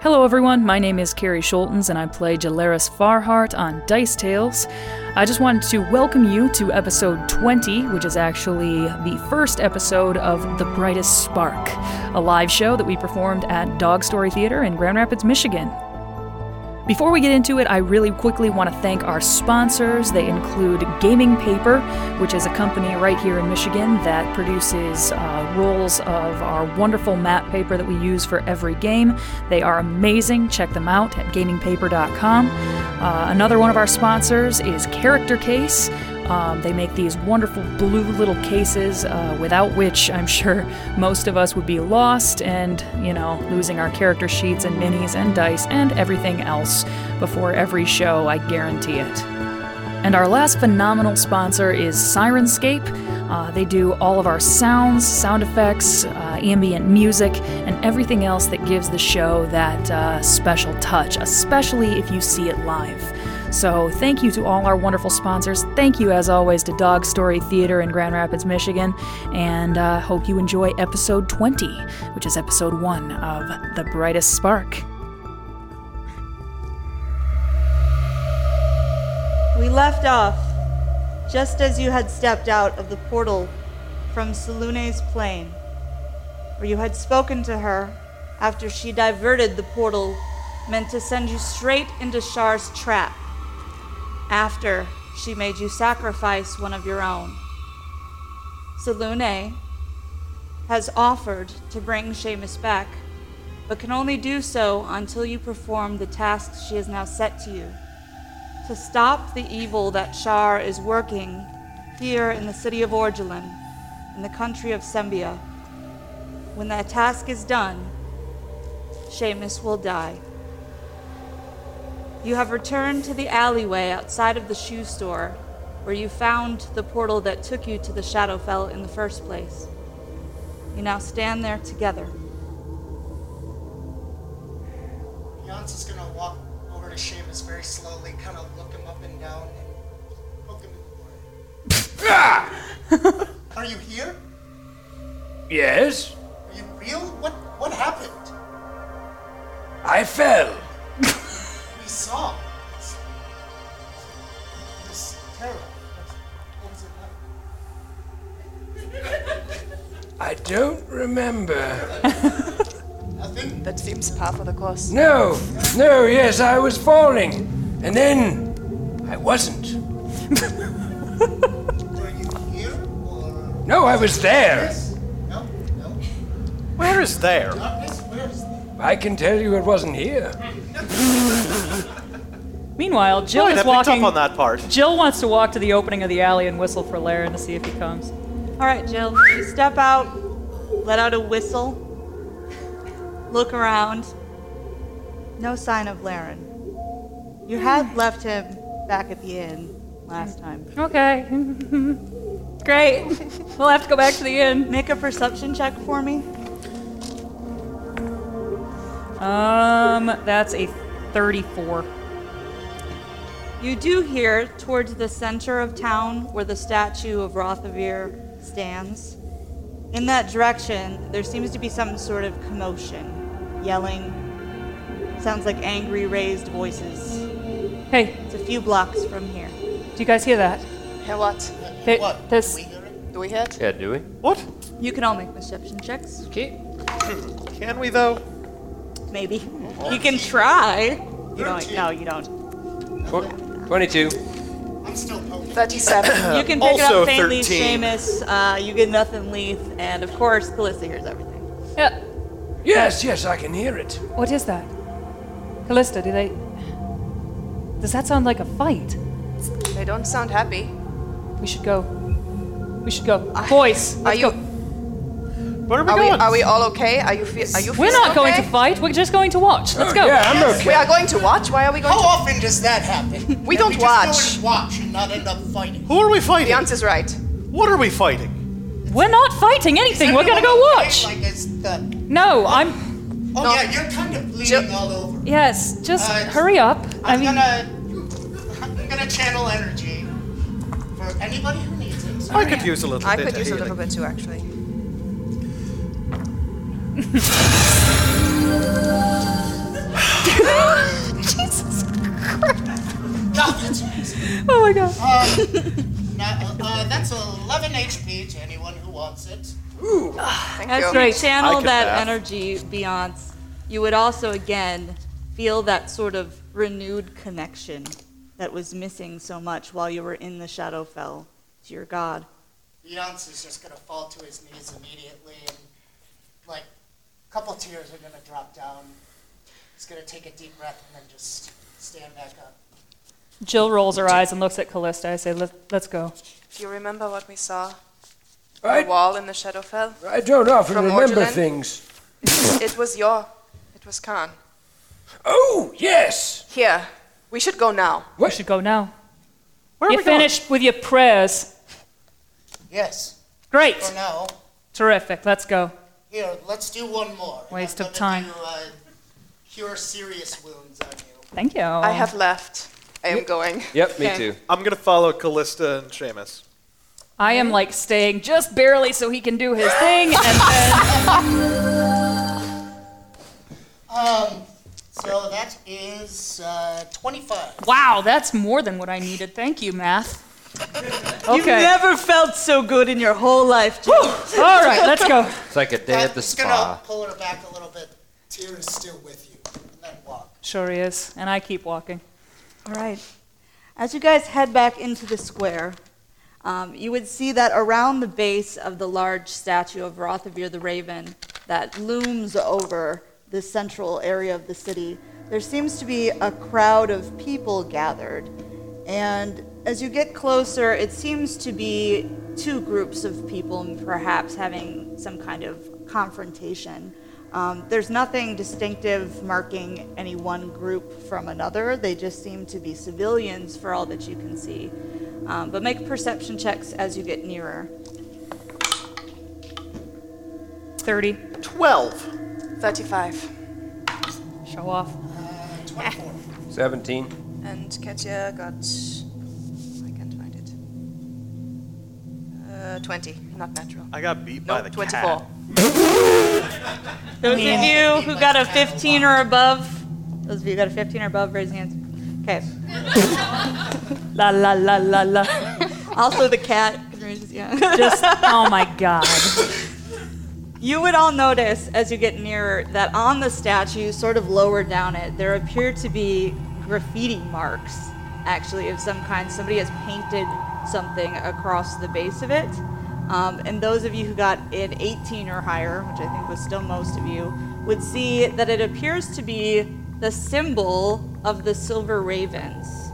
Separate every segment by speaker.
Speaker 1: Hello, everyone. My name is Carrie Schultens, and I play Jalaris Farhart on Dice Tales. I just wanted to welcome you to episode 20, which is actually the first episode of The Brightest Spark, a live show that we performed at Dog Story Theater in Grand Rapids, Michigan. Before we get into it, I really quickly want to thank our sponsors. They include Gaming Paper, which is a company right here in Michigan that produces uh, rolls of our wonderful map paper that we use for every game. They are amazing. Check them out at gamingpaper.com. Uh, another one of our sponsors is Character Case. Um, they make these wonderful blue little cases, uh, without which I'm sure most of us would be lost and, you know, losing our character sheets and minis and dice and everything else before every show, I guarantee it. And our last phenomenal sponsor is Sirenscape. Uh, they do all of our sounds, sound effects, uh, ambient music, and everything else that gives the show that uh, special touch, especially if you see it live. So, thank you to all our wonderful sponsors. Thank you, as always, to Dog Story Theater in Grand Rapids, Michigan. And uh, hope you enjoy episode 20, which is episode one of The Brightest Spark.
Speaker 2: We left off just as you had stepped out of the portal from Salune's plain, where you had spoken to her after she diverted the portal meant to send you straight into Shar's trap, after she made you sacrifice one of your own. Salune has offered to bring Seamus back, but can only do so until you perform the tasks she has now set to you to stop the evil that Shar is working here in the city of Orgelin, in the country of Sembia. When that task is done, Seamus will die. You have returned to the alleyway outside of the shoe store, where you found the portal that took you to the Shadowfell in the first place. You now stand there together.
Speaker 3: Jans is gonna walk over to Seamus very slowly, kind of look him up and down, and poke him in the forehead. Are you here?
Speaker 4: Yes,
Speaker 3: Are you real? What what happened?
Speaker 4: I fell.
Speaker 3: We saw. It was terrible. What was it like?
Speaker 4: I don't remember.
Speaker 3: Nothing.
Speaker 5: That seems par for the course.
Speaker 4: No, no, yes, I was falling. And then I wasn't.
Speaker 3: Were you here or?
Speaker 4: No, I was there.
Speaker 3: Yes? No. No.
Speaker 6: Where is there?
Speaker 3: Darkness. Where is that?
Speaker 4: I can tell you it wasn't here.
Speaker 1: Meanwhile, Jill
Speaker 6: I
Speaker 1: is
Speaker 6: picked up
Speaker 1: walking.
Speaker 6: on that part.
Speaker 1: Jill wants to walk to the opening of the alley and whistle for Laren to see if he comes.
Speaker 2: All right, Jill, you step out, let out a whistle, look around. No sign of Laren. You had left him back at the inn last time.
Speaker 1: Okay. Great. We'll have to go back to the inn.
Speaker 2: Make a perception check for me.
Speaker 1: Um, that's a 34.
Speaker 2: You do hear towards the center of town where the statue of Rothavir stands. In that direction, there seems to be some sort of commotion, yelling. Sounds like angry raised voices.
Speaker 1: Hey,
Speaker 2: It's a few blocks from here.
Speaker 1: do you guys hear that?
Speaker 5: Hear what?
Speaker 1: There-
Speaker 3: What?
Speaker 1: there's-
Speaker 3: We hear it?
Speaker 5: Do we hear it?
Speaker 7: Yeah, do we?
Speaker 6: What?
Speaker 2: You can all make perception checks.
Speaker 7: Okay.
Speaker 6: Can we though?
Speaker 2: Maybe. You can try. You don't. No, you don't.
Speaker 7: Tw- 22.
Speaker 3: I'm still poking.
Speaker 5: 37.
Speaker 2: You can pick it
Speaker 6: also
Speaker 2: up faintly,
Speaker 6: 13.
Speaker 2: Seamus. Uh, you get nothing, Leith. And of course, Calista hears everything.
Speaker 1: Yeah.
Speaker 4: Yes, yes, I can hear it.
Speaker 1: What is that? Callista, do they. Does that sound like a fight?
Speaker 5: they don't sound happy.
Speaker 1: We should go. We should go. Boys,
Speaker 5: Are
Speaker 1: let's
Speaker 5: you?
Speaker 1: go.
Speaker 6: Where are we
Speaker 5: Are we,
Speaker 6: going?
Speaker 5: are we all okay? Are you? Fe- are you?
Speaker 1: We're
Speaker 5: feeling
Speaker 1: not going to
Speaker 5: okay?
Speaker 1: fight. We're just going to watch. Let's
Speaker 4: Oh,
Speaker 1: go.
Speaker 4: Yeah, I'm
Speaker 3: Yes.
Speaker 5: We
Speaker 4: okay.
Speaker 5: are going to watch. Why are we going
Speaker 3: How
Speaker 5: to?
Speaker 3: often does that happen?
Speaker 5: We
Speaker 3: That
Speaker 5: don't
Speaker 3: we
Speaker 5: watch.
Speaker 3: Just go and watch and not end up fighting.
Speaker 6: Who are we
Speaker 5: The
Speaker 6: fighting?
Speaker 5: answer's right.
Speaker 6: What are we fighting?
Speaker 1: We're not fighting anything. We're going to go watch.
Speaker 3: Like it's the,
Speaker 1: No, I'm.
Speaker 3: oh
Speaker 5: No.
Speaker 3: yeah, you're kind of bleeding
Speaker 5: Jill-
Speaker 3: all over.
Speaker 1: Yes, just
Speaker 3: Uh, it's-
Speaker 1: hurry up. I
Speaker 3: I'm
Speaker 1: mean,
Speaker 3: gonna I'm gonna channel energy for anybody who needs it.
Speaker 6: I could use a little
Speaker 5: I
Speaker 6: bit.
Speaker 5: could
Speaker 6: of
Speaker 5: use a
Speaker 6: healing.
Speaker 5: little bit too, actually. Jesus Christ.
Speaker 3: God, that's amazing.
Speaker 7: Oh my god.
Speaker 3: Uh, now, uh, that's 11 HP to anyone who wants it.
Speaker 5: Thank
Speaker 2: As
Speaker 5: you.
Speaker 2: you channel
Speaker 6: could
Speaker 2: that
Speaker 6: laugh.
Speaker 2: energy, Beyonce, you would also again feel that sort of renewed connection that was missing so much while you were in the Shadowfell to your god.
Speaker 3: Beyonce's just gonna fall to his knees immediately, and like a couple tears are gonna drop down. He's gonna take a deep breath and then just stand back up.
Speaker 7: Jill rolls her eyes and looks at Callista. I say, Let, let's go.
Speaker 5: Do you remember what we saw? The
Speaker 4: I,
Speaker 5: wall in the Shadowfell?
Speaker 4: I don't often
Speaker 5: From
Speaker 4: remember
Speaker 5: Orgelin?
Speaker 4: things.
Speaker 5: It was your. It was Khan.
Speaker 4: Oh, yes!
Speaker 5: Here. We should go now.
Speaker 7: We should go now.
Speaker 6: Where are
Speaker 7: you
Speaker 6: we going?
Speaker 7: finished with your prayers.
Speaker 3: Yes.
Speaker 7: Great.
Speaker 3: For now,
Speaker 7: Terrific. Let's go.
Speaker 3: here, let's do one more. and
Speaker 7: Waste
Speaker 3: I'm
Speaker 7: of
Speaker 3: gonna
Speaker 7: time.
Speaker 3: Do, uh, cure serious wounds on you.
Speaker 7: Thank you.
Speaker 1: Oh.
Speaker 5: I have left. I am going.
Speaker 8: Yep, me
Speaker 2: Okay.
Speaker 8: too.
Speaker 6: I'm gonna follow Callista and Seamus.
Speaker 7: I am like staying just barely so he can do his thing, and then
Speaker 3: Um, so that is uh, 25.
Speaker 7: wow, that's more than what I needed. Thank you, math.
Speaker 2: You've
Speaker 7: Okay.
Speaker 2: never felt so good in your whole life, Jill.
Speaker 7: All right, let's go.
Speaker 8: It's like a day
Speaker 3: Uh,
Speaker 8: at the
Speaker 3: he's
Speaker 8: spa.
Speaker 3: gonna pull her back a little bit. Tears still with you, and then walk.
Speaker 7: Sure he is, and I keep walking.
Speaker 2: All right. As you guys head back into the square, um, you would see that around the base of the large statue of Rothavir the Raven that looms over the central area of the city, there seems to be a crowd of people gathered. And as you get closer, it seems to be two groups of people perhaps having some kind of confrontation. Um, there's nothing distinctive marking any one group from another. They just seem to be civilians for all that you can see. Um, but make perception checks as you get nearer.
Speaker 7: 30.
Speaker 6: 12.
Speaker 5: 35.
Speaker 7: Show off.
Speaker 3: 24.
Speaker 8: 17.
Speaker 5: And Katya got. I can't find it. Uh, 20. Not natural.
Speaker 6: I got beat by
Speaker 5: No,
Speaker 6: the
Speaker 5: 24.
Speaker 6: cat.
Speaker 2: Those of you who got a 15 or above, those of you who got a 15 or above, raise your hands. Okay.
Speaker 7: La la la la la.
Speaker 2: Also the cat. Yeah.
Speaker 7: Just, oh my god.
Speaker 2: You would all notice as you get nearer that on the statue, sort of lower down it, there appear to be graffiti marks, actually, of some kind. Somebody has painted something across the base of it. Um, and those of you who got an 18 or higher, which I think was still most of you, would see that it appears to be the symbol of the Silver Ravens,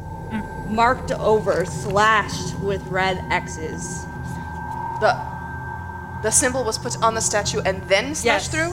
Speaker 2: marked over, slashed with red X's.
Speaker 5: The, the symbol was put on the statue and then slashed through?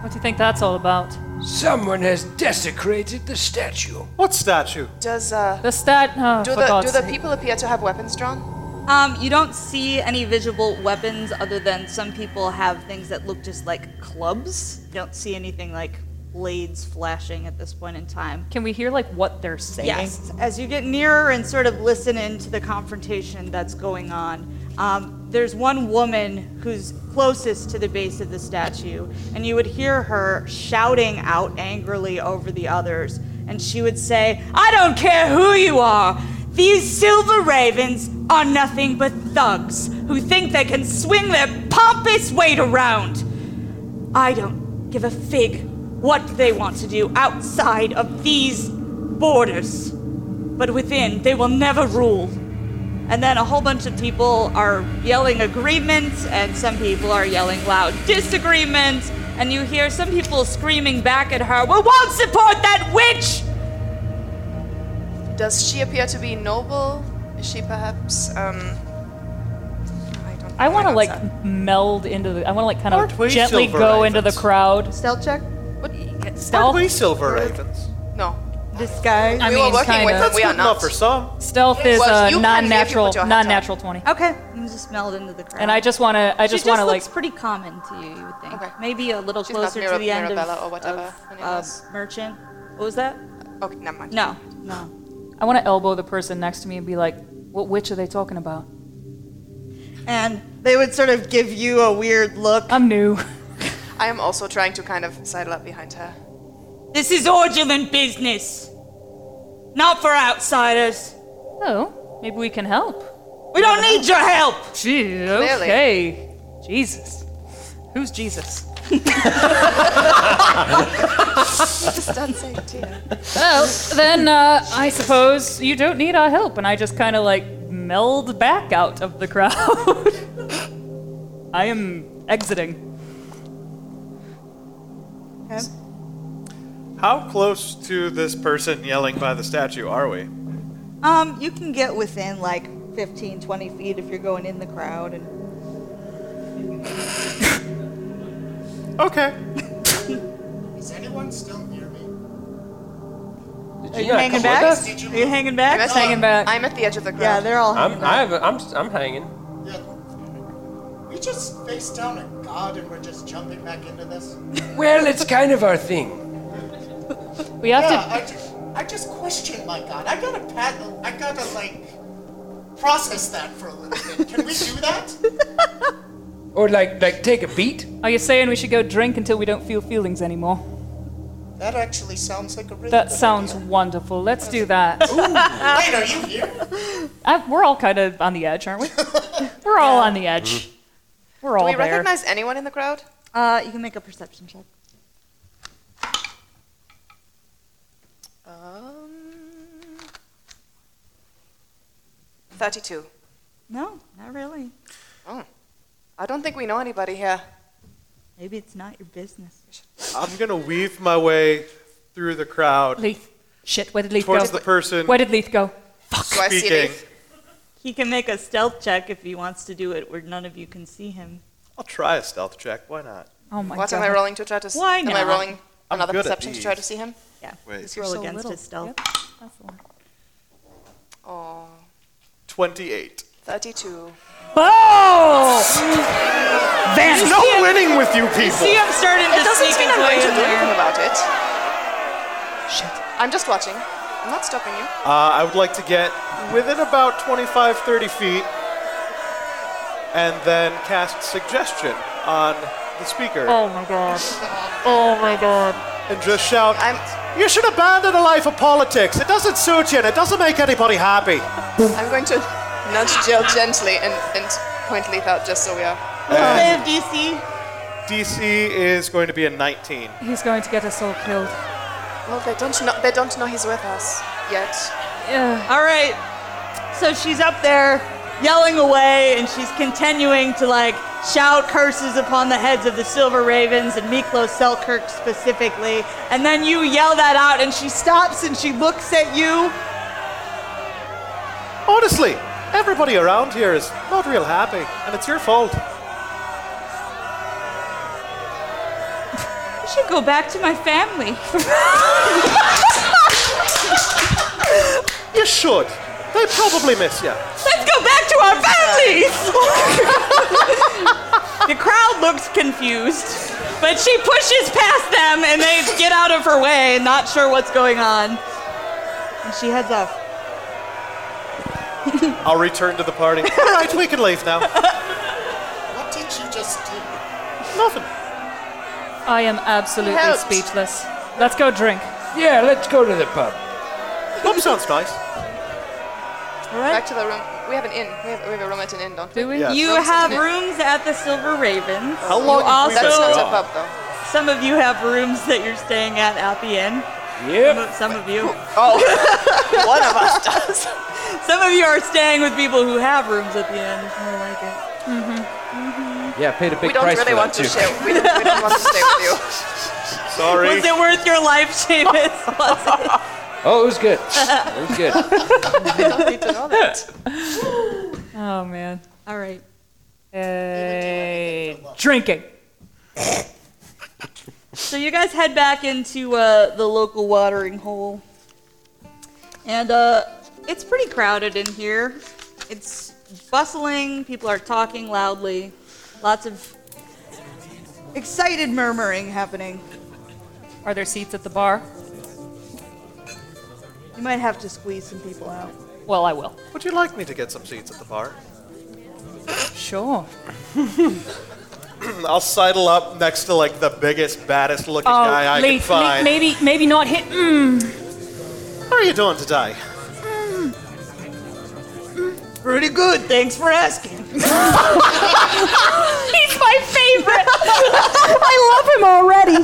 Speaker 7: What do you think that's all about?
Speaker 4: Someone has desecrated the statue.
Speaker 6: What statue?
Speaker 5: Does, uh.
Speaker 7: The stat. Oh,
Speaker 5: Do
Speaker 7: for
Speaker 5: the,
Speaker 7: God's
Speaker 5: do the
Speaker 7: sake.
Speaker 5: people appear to have weapons drawn?
Speaker 2: Um, you don't see any visible weapons other than some people have things that look just like clubs. You don't see anything like blades flashing at this point in time.
Speaker 7: Can we hear like what they're saying?
Speaker 2: Yes, as you get nearer and sort of listen into the confrontation that's going on, um, there's one woman who's closest to the base of the statue, and you would hear her shouting out angrily over the others, and she would say, I don't care who you are! These silver ravens are nothing but thugs who think they can swing their pompous weight around. I don't give a fig what they want to do outside of these borders. But within, they will never rule. And then a whole bunch of people are yelling agreement, and some people are yelling loud disagreement. And you hear some people screaming back at her, We won't support that witch!
Speaker 5: Does she appear to be noble? Is she perhaps, um. I don't
Speaker 7: I want to
Speaker 5: know
Speaker 7: like
Speaker 5: the answer.
Speaker 7: meld into the. I want to like kind
Speaker 6: Aren't we
Speaker 7: of gently
Speaker 6: silver
Speaker 7: go into the
Speaker 6: ravens?
Speaker 7: crowd.
Speaker 2: Stealth check?
Speaker 6: Aren't
Speaker 7: Stealth.
Speaker 6: we silver ravens?
Speaker 5: No.
Speaker 2: Disguise.
Speaker 7: I
Speaker 5: we
Speaker 7: mean,
Speaker 5: were working
Speaker 7: kind
Speaker 5: with
Speaker 7: of.
Speaker 5: them. We are
Speaker 6: Good enough
Speaker 5: not.
Speaker 6: for some.
Speaker 7: Stealth
Speaker 5: Yes.
Speaker 7: is
Speaker 5: Well,
Speaker 7: a
Speaker 5: you can if you put
Speaker 7: non-natural,
Speaker 5: your hat on.
Speaker 7: non-natural twenty.
Speaker 2: Okay, you just meld into the crowd.
Speaker 7: And I just want to. I just
Speaker 2: she
Speaker 7: want to
Speaker 2: just
Speaker 7: like.
Speaker 2: looks pretty common to you, you would think.
Speaker 5: Okay.
Speaker 2: Maybe a little
Speaker 5: She's not
Speaker 2: closer to
Speaker 5: Mira-
Speaker 2: the end
Speaker 5: Mirabella
Speaker 2: of,
Speaker 5: or whatever
Speaker 2: of,
Speaker 5: her name
Speaker 2: uh,
Speaker 5: was.
Speaker 2: merchant. What was that?
Speaker 5: Okay, never mind.
Speaker 2: No, no.
Speaker 7: I want to elbow the person next to me and be like, "What witch are they talking about?
Speaker 2: And they would sort of give you a weird look.
Speaker 7: I'm new."
Speaker 5: I am also trying to kind of sidle up behind her.
Speaker 2: This is ordulant business. Not for outsiders.
Speaker 7: Oh, maybe we can help.
Speaker 2: We don't need your help.
Speaker 7: Gee, okay. Jesus. Who's Jesus?
Speaker 5: Just don't say dear.
Speaker 7: Oh, then uh, I suppose you don't need our help. And I just kind of like meld back out of the crowd. I am exiting.
Speaker 6: How close to this person yelling by the statue are we?
Speaker 5: Um,
Speaker 2: You can get within like 15, 20 feet if you're going in the crowd. And
Speaker 6: Okay.
Speaker 3: Is anyone still near me?
Speaker 8: Did
Speaker 2: are you
Speaker 8: not
Speaker 2: hanging
Speaker 8: come with
Speaker 2: back?
Speaker 8: us?
Speaker 3: Did you
Speaker 2: Are you
Speaker 3: move?
Speaker 2: hanging back? Oh,
Speaker 5: Yes,
Speaker 7: Hanging back.
Speaker 5: I'm at the edge of the crowd.
Speaker 2: Yeah, they're all hanging
Speaker 8: I'm,
Speaker 2: back.
Speaker 8: I have, I'm, I'm hanging.
Speaker 3: Yeah. We just face down a god and we're just jumping back into this.
Speaker 4: Well, it's kind of our thing.
Speaker 7: We have
Speaker 3: Yeah,
Speaker 7: to.
Speaker 3: I just, I just question my god. I gotta pat. I gotta like process that for a little bit. Can we do that?
Speaker 4: Or like, like take a beat.
Speaker 7: Are you saying we should go drink until we don't feel feelings anymore?
Speaker 3: That actually sounds like a really.
Speaker 7: That
Speaker 3: good
Speaker 7: sounds
Speaker 3: idea.
Speaker 7: wonderful. Let's do that.
Speaker 3: Wait, are you here?
Speaker 7: I, we're all kind of on the edge, aren't we? We're all on the edge.
Speaker 6: Mm-hmm.
Speaker 7: We're all
Speaker 5: Do we
Speaker 7: there.
Speaker 5: recognize anyone in the crowd?
Speaker 2: Uh, you can make a perception check.
Speaker 5: Um, thirty-two.
Speaker 2: No, not really.
Speaker 5: I don't think we know anybody here.
Speaker 2: Maybe it's not your business.
Speaker 6: I'm gonna weave my way through the crowd
Speaker 7: Leith. Shit, where did Leith
Speaker 6: towards
Speaker 7: go?
Speaker 6: the person
Speaker 7: Where did Leith go?
Speaker 5: So I see
Speaker 6: speaking.
Speaker 5: Leaf.
Speaker 2: He can make a stealth check if he wants to do it where none of you can see him.
Speaker 6: I'll try a stealth check. Why not?
Speaker 7: Oh my
Speaker 5: What
Speaker 7: god.
Speaker 5: am I rolling to try to? s-
Speaker 2: Why
Speaker 5: Am I
Speaker 2: not?
Speaker 5: rolling
Speaker 6: I'm
Speaker 5: another
Speaker 6: good at
Speaker 5: perception to try to
Speaker 6: these.
Speaker 5: see him?
Speaker 2: Yeah.
Speaker 6: Wait.
Speaker 2: Just
Speaker 7: You're
Speaker 2: roll
Speaker 7: so
Speaker 2: against
Speaker 7: little.
Speaker 2: his stealth.
Speaker 7: Yep, that's the one.
Speaker 5: Oh,
Speaker 6: 28.
Speaker 5: 32.
Speaker 7: Oh!
Speaker 6: There's
Speaker 7: Vanish.
Speaker 6: no winning with you people.
Speaker 2: See, I'm starting
Speaker 5: It
Speaker 2: to
Speaker 5: doesn't
Speaker 2: sneak
Speaker 5: mean
Speaker 2: his
Speaker 5: I'm
Speaker 2: way
Speaker 5: going to
Speaker 2: in
Speaker 5: do
Speaker 2: there.
Speaker 5: anything about it. Shit. I'm just watching. I'm not stopping you.
Speaker 6: Uh, I would like to get within about 25, 30 feet and then cast suggestion on the speaker
Speaker 7: Oh my god. Oh my god.
Speaker 6: and just shout,
Speaker 5: I'm.
Speaker 6: You should abandon a life of politics. It doesn't suit you and it doesn't make anybody happy.
Speaker 5: I'm going to nudge Jill gently and and point Leaf out just so we are.
Speaker 2: Live, DC.
Speaker 6: DC is going to be a 19.
Speaker 7: He's going to get us all killed.
Speaker 5: Well, they don't know. They don't know he's with us yet.
Speaker 7: Yeah.
Speaker 2: All right. So she's up there yelling away, and she's continuing to like shout curses upon the heads of the Silver Ravens and Miklos Selkirk specifically. And then you yell that out, and she stops and she looks at you.
Speaker 6: Honestly, everybody around here is not real happy and it's your fault.
Speaker 2: I should go back to my family.
Speaker 6: You should. They probably miss you.
Speaker 2: Let's go back to our families! the crowd looks confused, but she pushes past them and they get out of her way, not sure what's going on. And she heads off.
Speaker 6: I'll return to the party. All right, we can leave now.
Speaker 3: What did you just do?
Speaker 6: Nothing.
Speaker 7: I am absolutely
Speaker 5: Helped.
Speaker 7: speechless. Let's go drink.
Speaker 4: Yeah, let's go to the pub.
Speaker 6: Pub sounds nice.
Speaker 5: Back to the room. We have an inn. We have, we have a room at an inn, don't we?
Speaker 7: Do we?
Speaker 6: Yeah.
Speaker 2: You
Speaker 5: Sounds
Speaker 2: have
Speaker 5: good.
Speaker 2: rooms at the Silver Ravens.
Speaker 6: How long
Speaker 2: You
Speaker 6: have we been
Speaker 5: Oh, That's
Speaker 6: So-
Speaker 5: not
Speaker 2: also,
Speaker 5: a pub, though.
Speaker 2: some of you have rooms that you're staying at at the inn.
Speaker 4: Yep.
Speaker 2: Some of you.
Speaker 5: One of us does.
Speaker 2: Some of you are staying with people who have rooms at the inn. It's more like it.
Speaker 8: Yeah, paid a big
Speaker 5: we don't
Speaker 8: price
Speaker 5: really
Speaker 8: for
Speaker 5: want
Speaker 8: that
Speaker 5: to
Speaker 8: too.
Speaker 5: share. We don't, we don't want to stay with you.
Speaker 6: Sorry.
Speaker 2: Was it worth your life, Seamus? Was it?
Speaker 8: Oh, it was good. It was good.
Speaker 5: I don't need to know that.
Speaker 7: Oh man.
Speaker 2: All right.
Speaker 7: Hey. Drinking.
Speaker 2: So you guys head back into uh, the local watering hole, and uh, it's pretty crowded in here. It's bustling. People are talking loudly. Lots of excited murmuring happening.
Speaker 7: Are there seats at the bar?
Speaker 2: You might have to squeeze some people out.
Speaker 7: Well, I will.
Speaker 6: Would you like me to get some seats at the bar?
Speaker 7: Sure.
Speaker 6: I'll sidle up next to like the biggest, baddest looking
Speaker 7: Oh,
Speaker 6: guy I
Speaker 7: late-
Speaker 6: can find.
Speaker 7: late- maybe maybe not hit. Mm.
Speaker 6: How are you doing today?
Speaker 3: Pretty good. Thanks for asking.
Speaker 7: He's my favorite. I love him already.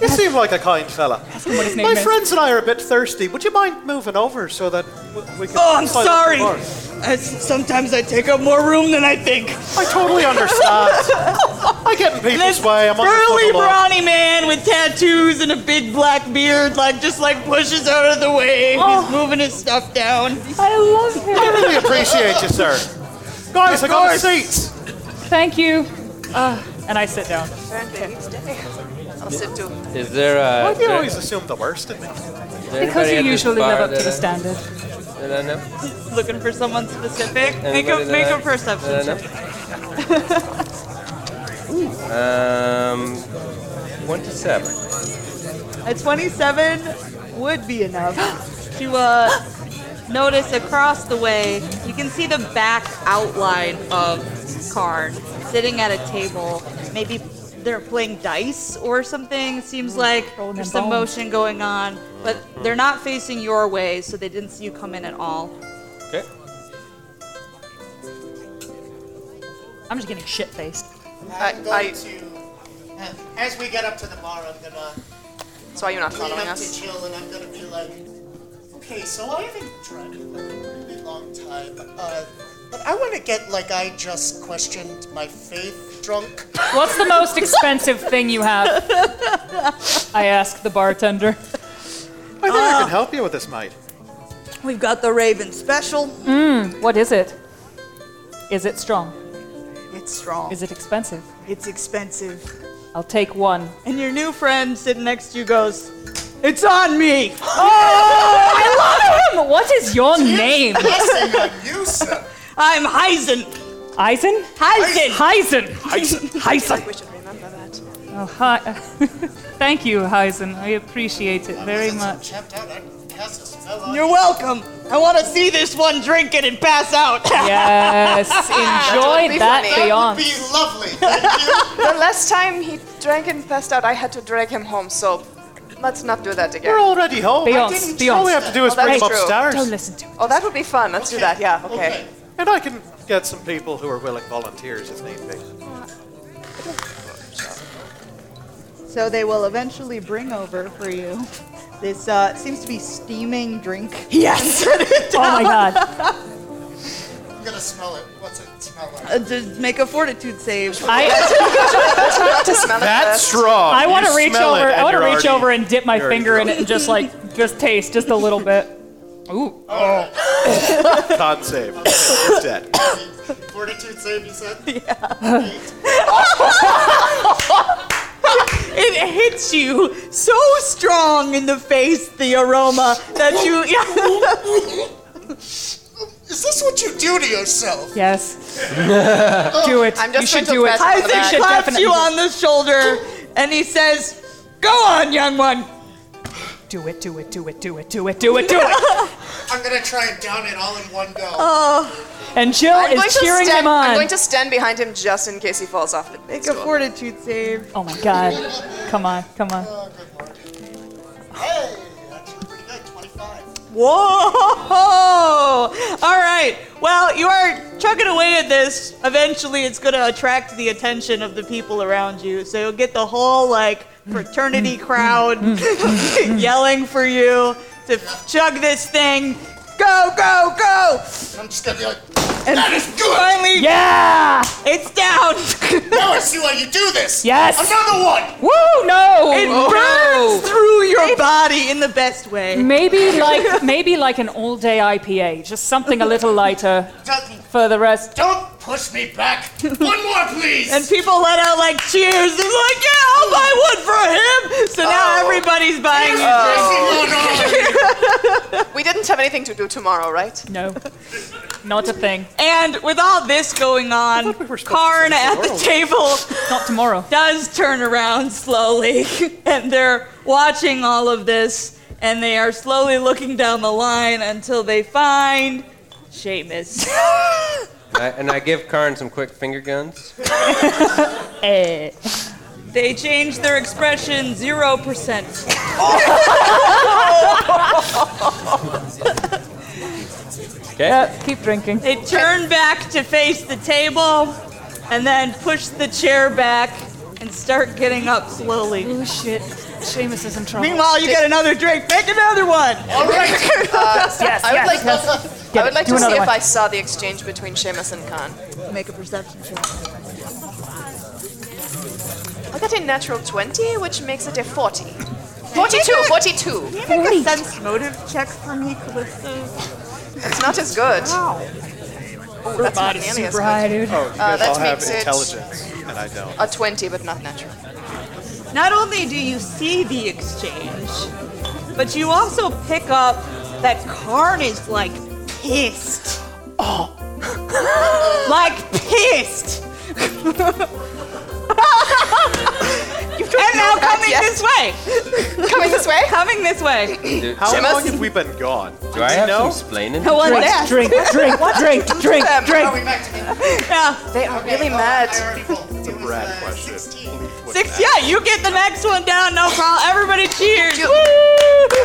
Speaker 6: You seem like a kind fella.
Speaker 7: What his name
Speaker 6: My
Speaker 7: is.
Speaker 6: friends and I are a bit thirsty. Would you mind moving over so that w- we can?
Speaker 3: Oh, I'm
Speaker 6: silence the
Speaker 3: sorry.
Speaker 6: bar?
Speaker 3: I s- sometimes I take up more room than I think.
Speaker 6: I totally understand. I get in people's
Speaker 3: This
Speaker 6: way. I'm on the
Speaker 3: burly
Speaker 6: fucking law.
Speaker 3: brawny man with tattoos and a big black beard, like just like pushes out of the way.
Speaker 2: Oh.
Speaker 3: He's moving his stuff down.
Speaker 7: I love him.
Speaker 6: I really appreciate you, sir. Guys, I got seats.
Speaker 7: Thank you. Uh, and I sit down.
Speaker 5: Apparently each day. I'll sit too.
Speaker 8: Is there
Speaker 6: Why
Speaker 8: uh?
Speaker 6: do you
Speaker 8: there-
Speaker 6: always assume the worst of me?
Speaker 8: is there
Speaker 7: Because
Speaker 8: anybody
Speaker 7: you
Speaker 8: at this
Speaker 7: usually
Speaker 8: bar
Speaker 7: live up to
Speaker 8: that
Speaker 7: the
Speaker 8: I-
Speaker 7: standard.
Speaker 8: that I know?
Speaker 2: Looking for someone specific. Make
Speaker 8: Anybody
Speaker 2: a
Speaker 8: that
Speaker 2: make
Speaker 8: I-
Speaker 2: a perception.
Speaker 8: that I know? um, twenty-seven.
Speaker 2: A 27 would be enough to uh, notice across the way. You can see the back outline of Karn sitting at a table. Maybe they're playing dice or something. Seems
Speaker 8: Mm-hmm.
Speaker 2: like
Speaker 7: Rolling
Speaker 2: there's
Speaker 7: them
Speaker 2: some
Speaker 7: bones.
Speaker 2: motion going on, but they're not facing your way, so they didn't see you come in at all.
Speaker 8: Okay.
Speaker 7: I'm just getting shit faced.
Speaker 5: I-
Speaker 3: I'm going
Speaker 5: I-
Speaker 3: to, as we get up to the bar, I'm gonna
Speaker 5: That's why you're not
Speaker 3: lean
Speaker 5: following
Speaker 3: up to
Speaker 5: us.
Speaker 3: Jill and I'm gonna be like, okay, so I haven't drank in like a really long time, uh, but I want to get like I just questioned my faith drunk.
Speaker 7: What's the most expensive thing you have? I ask the bartender.
Speaker 6: I think I can help you with this, mate.
Speaker 2: We've got the Raven special.
Speaker 7: What is it? Is it strong?
Speaker 2: It's strong.
Speaker 7: Is it expensive?
Speaker 2: It's expensive.
Speaker 7: I'll take one.
Speaker 2: And your new friend sitting next to you goes, "It's on me."
Speaker 7: I love him! What is your name?
Speaker 3: Listen, I'm you, sir.
Speaker 2: I'm Heisen.
Speaker 7: Eisen?
Speaker 2: Heisen.
Speaker 7: Heisen! Heisen!
Speaker 5: We should remember that.
Speaker 7: Oh, hi. Thank you, Heisen. I appreciate it very much.
Speaker 3: Chapped out, I cast a spell on
Speaker 2: You're welcome. I want to see this one drink it and pass out.
Speaker 7: Yes, enjoy
Speaker 5: be
Speaker 7: that
Speaker 5: funny.
Speaker 3: That would
Speaker 7: beyond.
Speaker 3: be lovely. Thank you.
Speaker 5: The last time he drank and passed out, I had to drag him home, so let's not do that again.
Speaker 6: We're already home.
Speaker 7: Beyonce,
Speaker 6: All we
Speaker 7: Beyonce.
Speaker 6: have to do is
Speaker 5: Well,
Speaker 6: bring him
Speaker 5: that's true.
Speaker 6: upstairs,
Speaker 7: Don't listen to it.
Speaker 5: Oh, that would be fun. Let's do that. Yeah, okay.
Speaker 6: and I can get some people who are willing volunteers if need be.
Speaker 2: so they will eventually bring over for you this uh, seems to be steaming drink. Yes.
Speaker 7: Oh my god.
Speaker 3: I'm gonna smell it. What's it smell like?
Speaker 2: Uh, just make a fortitude save.
Speaker 7: I,
Speaker 5: To smell it
Speaker 6: That's
Speaker 5: first.
Speaker 6: strong.
Speaker 7: I want to
Speaker 6: You
Speaker 7: reach
Speaker 6: smell
Speaker 7: over.
Speaker 6: it
Speaker 7: I
Speaker 6: and
Speaker 7: want to
Speaker 6: you're
Speaker 7: reach
Speaker 6: already-
Speaker 7: over and dip my
Speaker 6: you're already
Speaker 7: finger in
Speaker 6: drunk.
Speaker 7: it and just like just taste just a little bit. Ooh.
Speaker 6: Con save. You're dead.
Speaker 3: Fortitude save, you said?
Speaker 2: It hits you so strong in the face, the aroma that you.
Speaker 3: Is this what you do to yourself?
Speaker 7: Yes. do it.
Speaker 5: I'm just
Speaker 7: you should
Speaker 5: going to
Speaker 7: do it.
Speaker 5: bet on
Speaker 7: You
Speaker 5: the back.
Speaker 7: should
Speaker 2: Isaac claps
Speaker 7: definitely
Speaker 2: you on the shoulder and he says, "Go on, young one."
Speaker 7: Do it. Do it. Do it. Do it. Do it. Do it. Do it.
Speaker 3: I'm gonna try and down it all in one go.
Speaker 7: And Jill
Speaker 5: I'm going,
Speaker 7: is
Speaker 5: to
Speaker 7: cheering
Speaker 5: stand,
Speaker 7: him on.
Speaker 5: I'm going to stand behind him just in case he falls off the
Speaker 2: Make a fortitude save.
Speaker 7: Oh my god. Come on. Come on.
Speaker 3: Oh, good lord. Hey, that's pretty good. 25.
Speaker 2: Whoa! All right. Well, you are chugging away at this. Eventually, it's going to attract the attention of the people around you. So you'll get the whole like fraternity crowd yelling for you to chug this thing. Go, go, go!
Speaker 3: I'm just gonna be like,
Speaker 2: And finally,
Speaker 7: Yeah.
Speaker 2: it's down.
Speaker 3: now I see why you do this.
Speaker 7: Yes.
Speaker 3: Another one.
Speaker 7: Woo. No. Oh.
Speaker 2: It burns through your body in the best way.
Speaker 7: Maybe like maybe like an all-day IPA, just something a little lighter
Speaker 3: Don't,
Speaker 7: for the rest.
Speaker 3: don't push me back. one more, please.
Speaker 2: And people let out like cheers. It's like, yeah, I'll buy one for him. So now everybody's buying you.
Speaker 5: Oh.
Speaker 3: Yes,
Speaker 5: We didn't have anything to do tomorrow, right?
Speaker 7: No, not a thing.
Speaker 2: And with all this going on, Karn at the table
Speaker 7: Not tomorrow.
Speaker 2: does turn around slowly, and they're watching all of this, and they are slowly looking down the line until they find Seamus.
Speaker 8: I, and I give Karn some quick finger guns.
Speaker 7: Eh.
Speaker 2: They changed their expression 0%.
Speaker 8: Okay.
Speaker 7: Yep, keep drinking.
Speaker 2: They turn back to face the table and then push the chair back and start getting up slowly.
Speaker 7: Oh shit. Seamus is in trouble.
Speaker 2: Meanwhile, you get another drink. Make another one.
Speaker 3: All right.
Speaker 7: yes,
Speaker 5: I would
Speaker 7: yes,
Speaker 5: like
Speaker 7: yes.
Speaker 5: to, I would like
Speaker 7: Do
Speaker 5: to see
Speaker 7: another
Speaker 5: if
Speaker 7: one.
Speaker 5: I saw the exchange between Seamus and Khan.
Speaker 2: Make a perception check.
Speaker 5: I got a natural 20, which makes it a 40. 42, 42.
Speaker 2: Can you make a sense motive check for me, Callisto?
Speaker 5: It's not as good.
Speaker 2: Wow.
Speaker 5: Ooh, that's not nearly as
Speaker 7: Super high,
Speaker 5: good.
Speaker 7: dude. Uh,
Speaker 6: Oh, you guys
Speaker 5: that
Speaker 6: all have
Speaker 5: makes it-
Speaker 6: intelligence, and I don't.
Speaker 5: A 20, but not natural.
Speaker 2: Not only do you see the exchange, but you also pick up that Karn is like pissed. Oh. like pissed. and now
Speaker 5: that
Speaker 2: coming
Speaker 5: yet.
Speaker 2: this way.
Speaker 5: Coming this way?
Speaker 2: Coming this way.
Speaker 8: Do,
Speaker 6: How
Speaker 5: Seamus?
Speaker 6: long have we been gone?
Speaker 8: do I have
Speaker 6: know?
Speaker 8: some splaining?
Speaker 2: I was
Speaker 7: Drink,
Speaker 2: there.
Speaker 7: drink, drink, drink, drink,
Speaker 5: them?
Speaker 3: Are we
Speaker 7: drink.
Speaker 3: back to me?
Speaker 2: Yeah.
Speaker 5: They are really
Speaker 3: Okay, well,
Speaker 5: mad.
Speaker 3: I already rolled. It was,
Speaker 6: Brad
Speaker 3: uh,
Speaker 6: question.
Speaker 3: 16.
Speaker 6: What's
Speaker 2: Six,
Speaker 6: that?
Speaker 2: yeah, you get the next one down, no problem. Everybody cheers.
Speaker 5: You-
Speaker 2: Woo!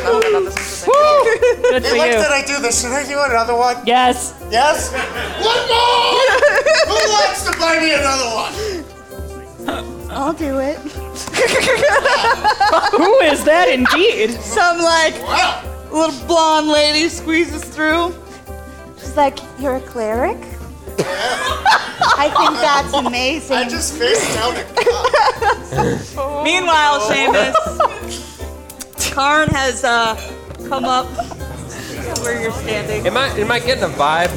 Speaker 5: Oh, no, no, this is the same.
Speaker 2: Woo!
Speaker 7: Good for
Speaker 3: They like
Speaker 7: you.
Speaker 3: that I do this. Should I do another one?
Speaker 7: Yes.
Speaker 3: Yes? One more! Who wants to buy me another one?
Speaker 2: I'll do it.
Speaker 7: Who is that indeed?
Speaker 2: Some like
Speaker 3: Well,
Speaker 2: little blonde lady squeezes through. She's like, You're a cleric? I think that's amazing.
Speaker 3: I just faced down it.
Speaker 2: Meanwhile, Seamus, Karn has uh, come up where you're standing.
Speaker 8: Am I am I getting a vibe?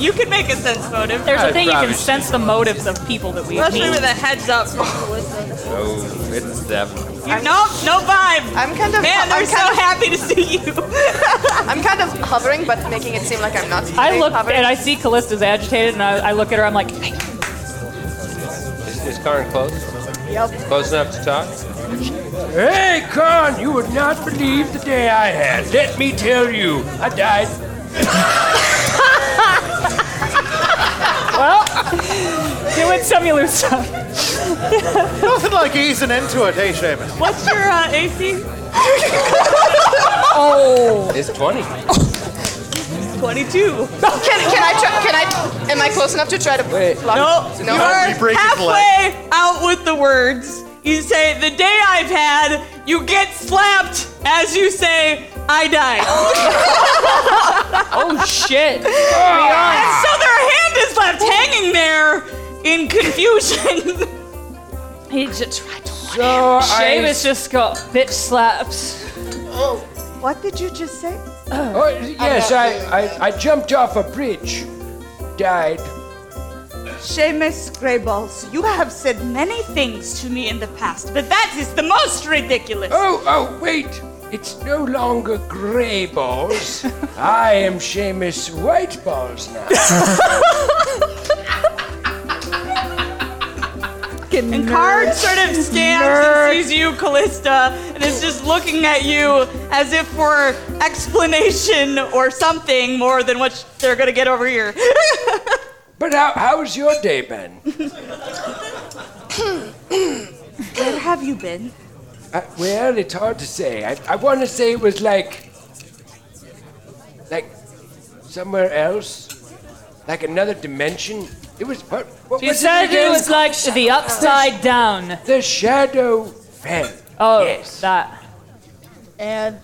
Speaker 2: You can make a sense motive,
Speaker 7: There's a
Speaker 8: I
Speaker 7: thing you can
Speaker 8: promise.
Speaker 7: sense the motives of people that we
Speaker 2: especially with
Speaker 7: meet.
Speaker 2: a heads up. from Calista.
Speaker 8: Oh, it's seven.
Speaker 2: You, nope, no vibe.
Speaker 5: I'm kind of,
Speaker 2: Man,
Speaker 5: I'm
Speaker 2: they're so
Speaker 5: kind of,
Speaker 2: happy to see you.
Speaker 5: I'm kind of hovering, but making it seem like I'm not.
Speaker 7: I
Speaker 5: really
Speaker 7: look
Speaker 5: hovering.
Speaker 7: and I see Callista's agitated, and I, I look at her. I'm like, hey,
Speaker 8: Is, is Karn close? Yep. Close enough to talk?
Speaker 4: Hey, Con, you would not believe the day I had. Let me tell you, I died.
Speaker 7: do it some, you lose some.
Speaker 6: Nothing like easing into it, hey, Seamus.
Speaker 2: What's your uh, AC?
Speaker 8: It's 20.
Speaker 2: 22.
Speaker 5: Can, can I try? Can I? Am I close enough to try to
Speaker 8: Wait.
Speaker 5: block?
Speaker 2: No,
Speaker 5: No.
Speaker 2: you are
Speaker 6: we break his leg?
Speaker 2: halfway out with the words. You say, the day I've had, you get slapped as you say, I died.
Speaker 7: Oh shit!
Speaker 2: And so their hand is left hanging there in confusion.
Speaker 7: he just tried to.
Speaker 8: So I,
Speaker 7: Seamus just got bitch slaps.
Speaker 2: what did you just say?
Speaker 4: Oh, yes, I, I, I jumped off a bridge. Died.
Speaker 2: Seamus Greyballs, you have said many things to me in the past, but that is the most ridiculous.
Speaker 4: Oh, oh, wait. It's no longer gray balls. I am Seamus White Balls now.
Speaker 2: And Karn sort of scans and sees you, Callista, and is just looking at you as if for explanation or something more than what sh- they're gonna get over here.
Speaker 4: But how, how's your day been?
Speaker 2: Where have you been?
Speaker 4: I, well, it's hard to say. I, I want to say it was like. like somewhere else. Like another dimension. It was. What, what
Speaker 7: She
Speaker 4: was
Speaker 7: said
Speaker 4: again?
Speaker 7: it was like the upside down.
Speaker 4: The shadow fell.
Speaker 7: Oh,
Speaker 4: Yes.
Speaker 7: that.
Speaker 2: And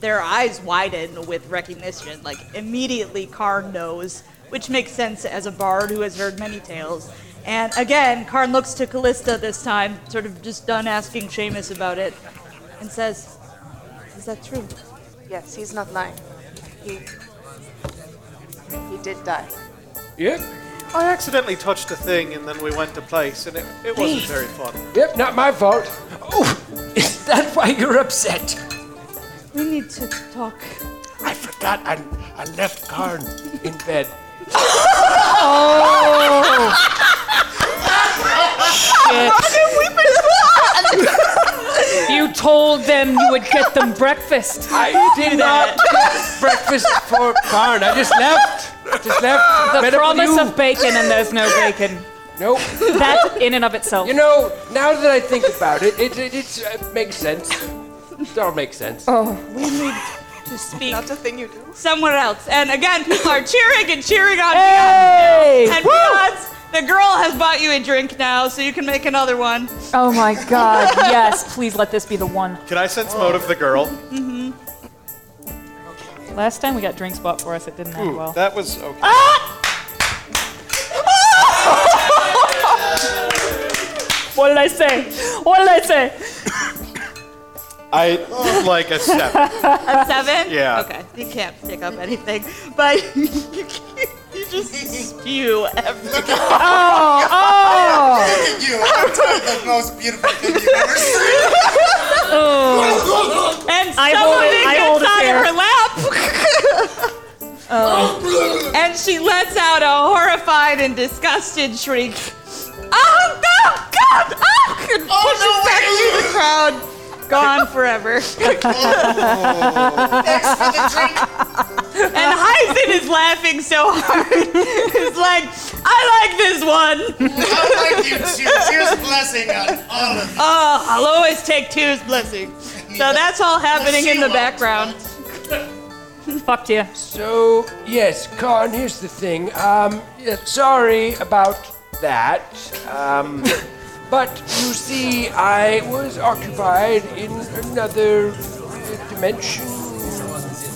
Speaker 2: their eyes widen with recognition. Like, immediately, Karn knows, which makes sense as a bard who has heard many tales. And again, Karn looks to Callista this time, sort of just done asking Seamus about it, and says, Is that true?
Speaker 5: Yes, he's not lying. He. He did die.
Speaker 4: Yep.
Speaker 6: I accidentally touched a thing, and then we went to place, and it, it wasn't very fun.
Speaker 4: Yep, not my fault. Oh, is that why you're upset?
Speaker 2: We need to talk.
Speaker 4: I forgot I, I left Karn in bed.
Speaker 7: You told them you would get them breakfast.
Speaker 4: I did not get breakfast for Karn. I just left. Just left.
Speaker 9: The
Speaker 4: met up with
Speaker 9: promise
Speaker 4: you.
Speaker 9: of bacon and there's no bacon.
Speaker 4: Nope.
Speaker 9: That in and of itself.
Speaker 4: You know, now that I think about it, it, it, it's, it makes sense. It all makes sense.
Speaker 2: Oh. to speak
Speaker 5: Not a thing you do.
Speaker 2: somewhere else. And again, people are cheering and cheering on
Speaker 9: Hey!
Speaker 2: Beyonce. And Beyonce, the girl has bought you a drink now, so you can make another one.
Speaker 9: Oh my god, yes, please let this be the one.
Speaker 6: Can I sense motive the girl?
Speaker 9: Last time we got drinks bought for us, it didn't end well.
Speaker 6: That was okay.
Speaker 7: Ah!
Speaker 9: What did I say? What did I say?
Speaker 6: I like a step.
Speaker 2: A seven?
Speaker 6: Yeah.
Speaker 2: Okay. You can't pick up anything, but you, can't- you just spew everything.
Speaker 3: Thank you. I'm the most beautiful thing you've ever seen.
Speaker 2: And
Speaker 9: I
Speaker 2: some
Speaker 9: hold
Speaker 2: of
Speaker 9: it-
Speaker 2: it
Speaker 9: I hold
Speaker 2: gets
Speaker 9: it
Speaker 2: on
Speaker 9: there.
Speaker 2: her lap. Oh. And she lets out a horrified and disgusted shriek. Oh no, God! Oh, and pushes back through the crowd. Gone forever.
Speaker 3: Thanks for the drink.
Speaker 2: And Heisen is laughing so hard. He's like, I like this one.
Speaker 3: I like you too. Here's a blessing on all of
Speaker 5: Uh,
Speaker 3: you.
Speaker 2: Oh, I'll always take two's blessing. So that's all happening in the background.
Speaker 9: Fucked you.
Speaker 4: So yes, Con. Here's the thing. Um, yeah, sorry about that. Um, but you see, I was occupied in another uh, dimension.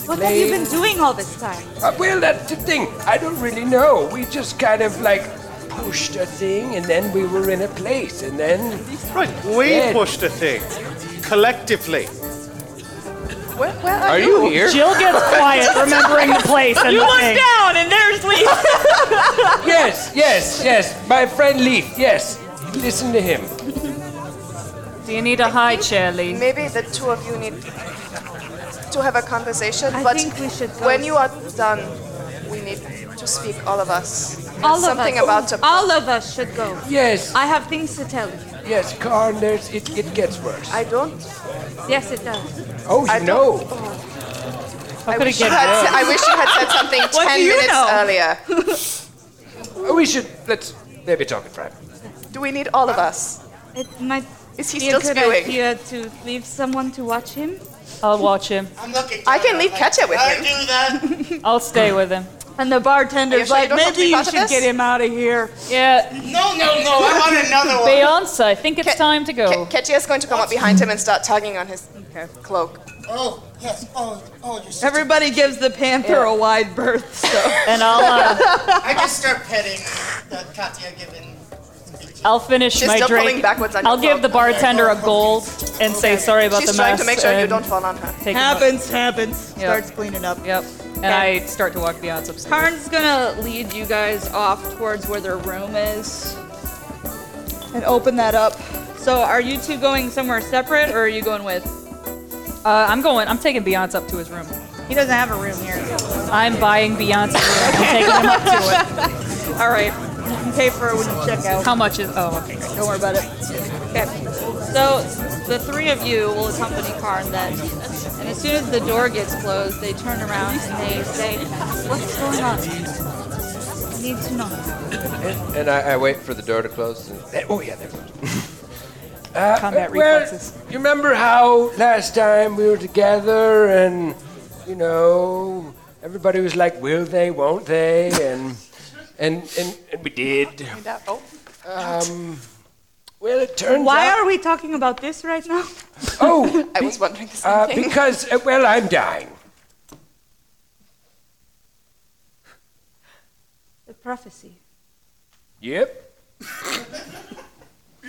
Speaker 2: What have you been doing all this time?
Speaker 4: Uh, well, that's the thing. I don't really know. We just kind of like pushed a thing, and then we were in a place, and then
Speaker 6: Right, we
Speaker 4: Dead.
Speaker 6: pushed a thing. Collectively.
Speaker 5: Where, where are,
Speaker 8: Are you here?
Speaker 9: Jill gets quiet, remembering the place and the thing.
Speaker 2: down and there's Lee.
Speaker 4: yes, yes, yes. My friend Leaf. Yes, listen to him.
Speaker 7: Do you need a high chair, Lee?
Speaker 5: Maybe the two of you need to have a conversation,
Speaker 2: I
Speaker 5: but
Speaker 2: think we should go.
Speaker 5: when you are done, we need to speak, all of us. There's
Speaker 2: all of
Speaker 5: something
Speaker 2: us.
Speaker 5: about to.
Speaker 2: all of us should go.
Speaker 4: Yes,
Speaker 2: I have things to tell you.
Speaker 4: yes, Con. There's it. It gets worse.
Speaker 5: I don't.
Speaker 2: Yes, it does.
Speaker 4: oh, you
Speaker 5: I
Speaker 4: know.
Speaker 5: don't.
Speaker 9: How
Speaker 5: I
Speaker 9: could it
Speaker 5: wish, you
Speaker 9: get
Speaker 5: had,
Speaker 9: worse?
Speaker 5: sa- I wish you had said something
Speaker 2: What
Speaker 5: ten
Speaker 2: do you
Speaker 5: minutes
Speaker 2: know?
Speaker 5: earlier.
Speaker 4: Oh, We should let's maybe talk in private.
Speaker 5: Do we need all of us?
Speaker 2: It might
Speaker 5: Is he
Speaker 2: be
Speaker 5: still
Speaker 2: a good
Speaker 5: spewing?
Speaker 2: idea to leave someone to watch him.
Speaker 9: I'll watch him.
Speaker 3: I'm looking.
Speaker 5: I can leave Katya with
Speaker 3: I
Speaker 5: him.
Speaker 3: do that.
Speaker 9: I'll stay with him.
Speaker 2: And the bartender's
Speaker 5: Are you sure you
Speaker 2: like,
Speaker 5: don't want to
Speaker 2: maybe
Speaker 5: be
Speaker 2: you
Speaker 5: part of
Speaker 2: should
Speaker 5: this?"
Speaker 2: get him out of here.
Speaker 9: Yeah,
Speaker 3: No, no, no. I want another one.
Speaker 9: Beyonce, I think it's
Speaker 5: Ca-
Speaker 9: time to go.
Speaker 5: Ka- Katya is going to come up behind him and start tugging on his cloak.
Speaker 3: Oh, yes. Oh, oh, you're such a-
Speaker 2: Everybody gives the panther a wide berth. So.
Speaker 9: And I'll, uh,
Speaker 3: I just start petting the Katya given.
Speaker 9: I'll finish
Speaker 5: She's
Speaker 9: my
Speaker 5: still
Speaker 9: drink.
Speaker 5: pulling backwards on
Speaker 9: I'll
Speaker 5: your
Speaker 9: give the bartender a gold and say sorry about
Speaker 5: She's
Speaker 9: the
Speaker 5: trying
Speaker 9: mess.
Speaker 5: to make sure you
Speaker 9: and
Speaker 5: don't fall on her.
Speaker 9: take him out.
Speaker 2: Happens, happens.
Speaker 9: Yeah.
Speaker 2: Starts cleaning up.
Speaker 9: Yep. And I start to walk Beyonce upstairs.
Speaker 2: Karn's gonna lead you guys off towards where their room is and open that up. So, are you two going somewhere separate or are you going with?
Speaker 9: Uh, I'm going. I'm taking Beyonce up to his room.
Speaker 2: He doesn't have a room here.
Speaker 9: I'm buying Beyonce. I'm taking him up to
Speaker 2: All right, you can pay for it when you check
Speaker 9: it.
Speaker 2: out.
Speaker 9: How much is? Oh, okay. great.
Speaker 2: Don't worry about it. Okay. So, the three of you will accompany Karn then. And as soon as the door gets closed, they turn around and they say, What's going on? I need to know.
Speaker 8: And I, I wait for the door to close. And,
Speaker 4: Eh, Oh yeah, there we go. Uh,
Speaker 9: Combat
Speaker 4: well,
Speaker 9: reflexes.
Speaker 4: You remember how last time we were together and you know everybody was like, "Will they? Won't they?" and and and, and we did.
Speaker 5: And that- Oh,
Speaker 4: Um, well, it turns
Speaker 2: Why
Speaker 4: out.
Speaker 2: are we talking about this right now?
Speaker 4: oh,
Speaker 5: I was wondering the same
Speaker 4: uh,
Speaker 5: thing.
Speaker 4: because uh, well, I'm dying.
Speaker 2: The prophecy.
Speaker 4: Yep.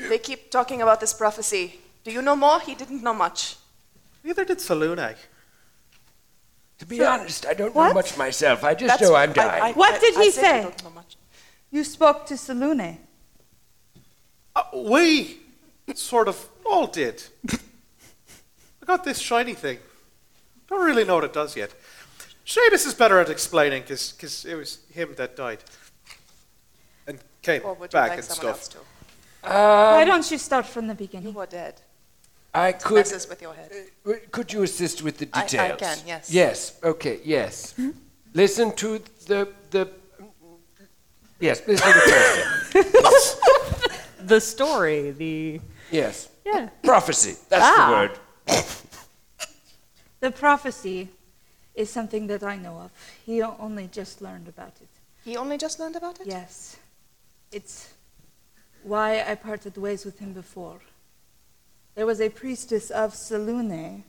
Speaker 5: They keep talking about this prophecy. Do you know more? He didn't know much.
Speaker 6: Neither did Salune.
Speaker 4: To be honest, I don't know
Speaker 2: What?
Speaker 4: much myself. I just know I'm dying.
Speaker 2: What did he
Speaker 5: said
Speaker 2: say?
Speaker 5: You don't know much.
Speaker 2: You spoke to Salune.
Speaker 6: Uh, we sort of all did. I got this shiny thing. Don't really know what it does yet. Seamus is better at explaining because it was him that died and came
Speaker 5: Or would you
Speaker 6: back
Speaker 5: like
Speaker 6: and
Speaker 5: someone
Speaker 6: stuff.
Speaker 5: else to?
Speaker 2: Why don't you start from the beginning?
Speaker 5: You are dead.
Speaker 4: I could
Speaker 5: Messes with your head.
Speaker 4: Uh, Could you assist with the
Speaker 5: I- I
Speaker 4: details?
Speaker 5: can, yes.
Speaker 4: Yes, okay, yes. Listen to the, the Yes, please read the character.
Speaker 2: The story, the.
Speaker 4: Yes.
Speaker 2: Yeah.
Speaker 4: Prophecy. That's
Speaker 2: Ah.
Speaker 4: the word.
Speaker 10: The prophecy is something that I know of. He only just learned about it.
Speaker 5: He only just learned about it?
Speaker 10: Yes. It's why I parted ways with him before. There was a priestess of Salune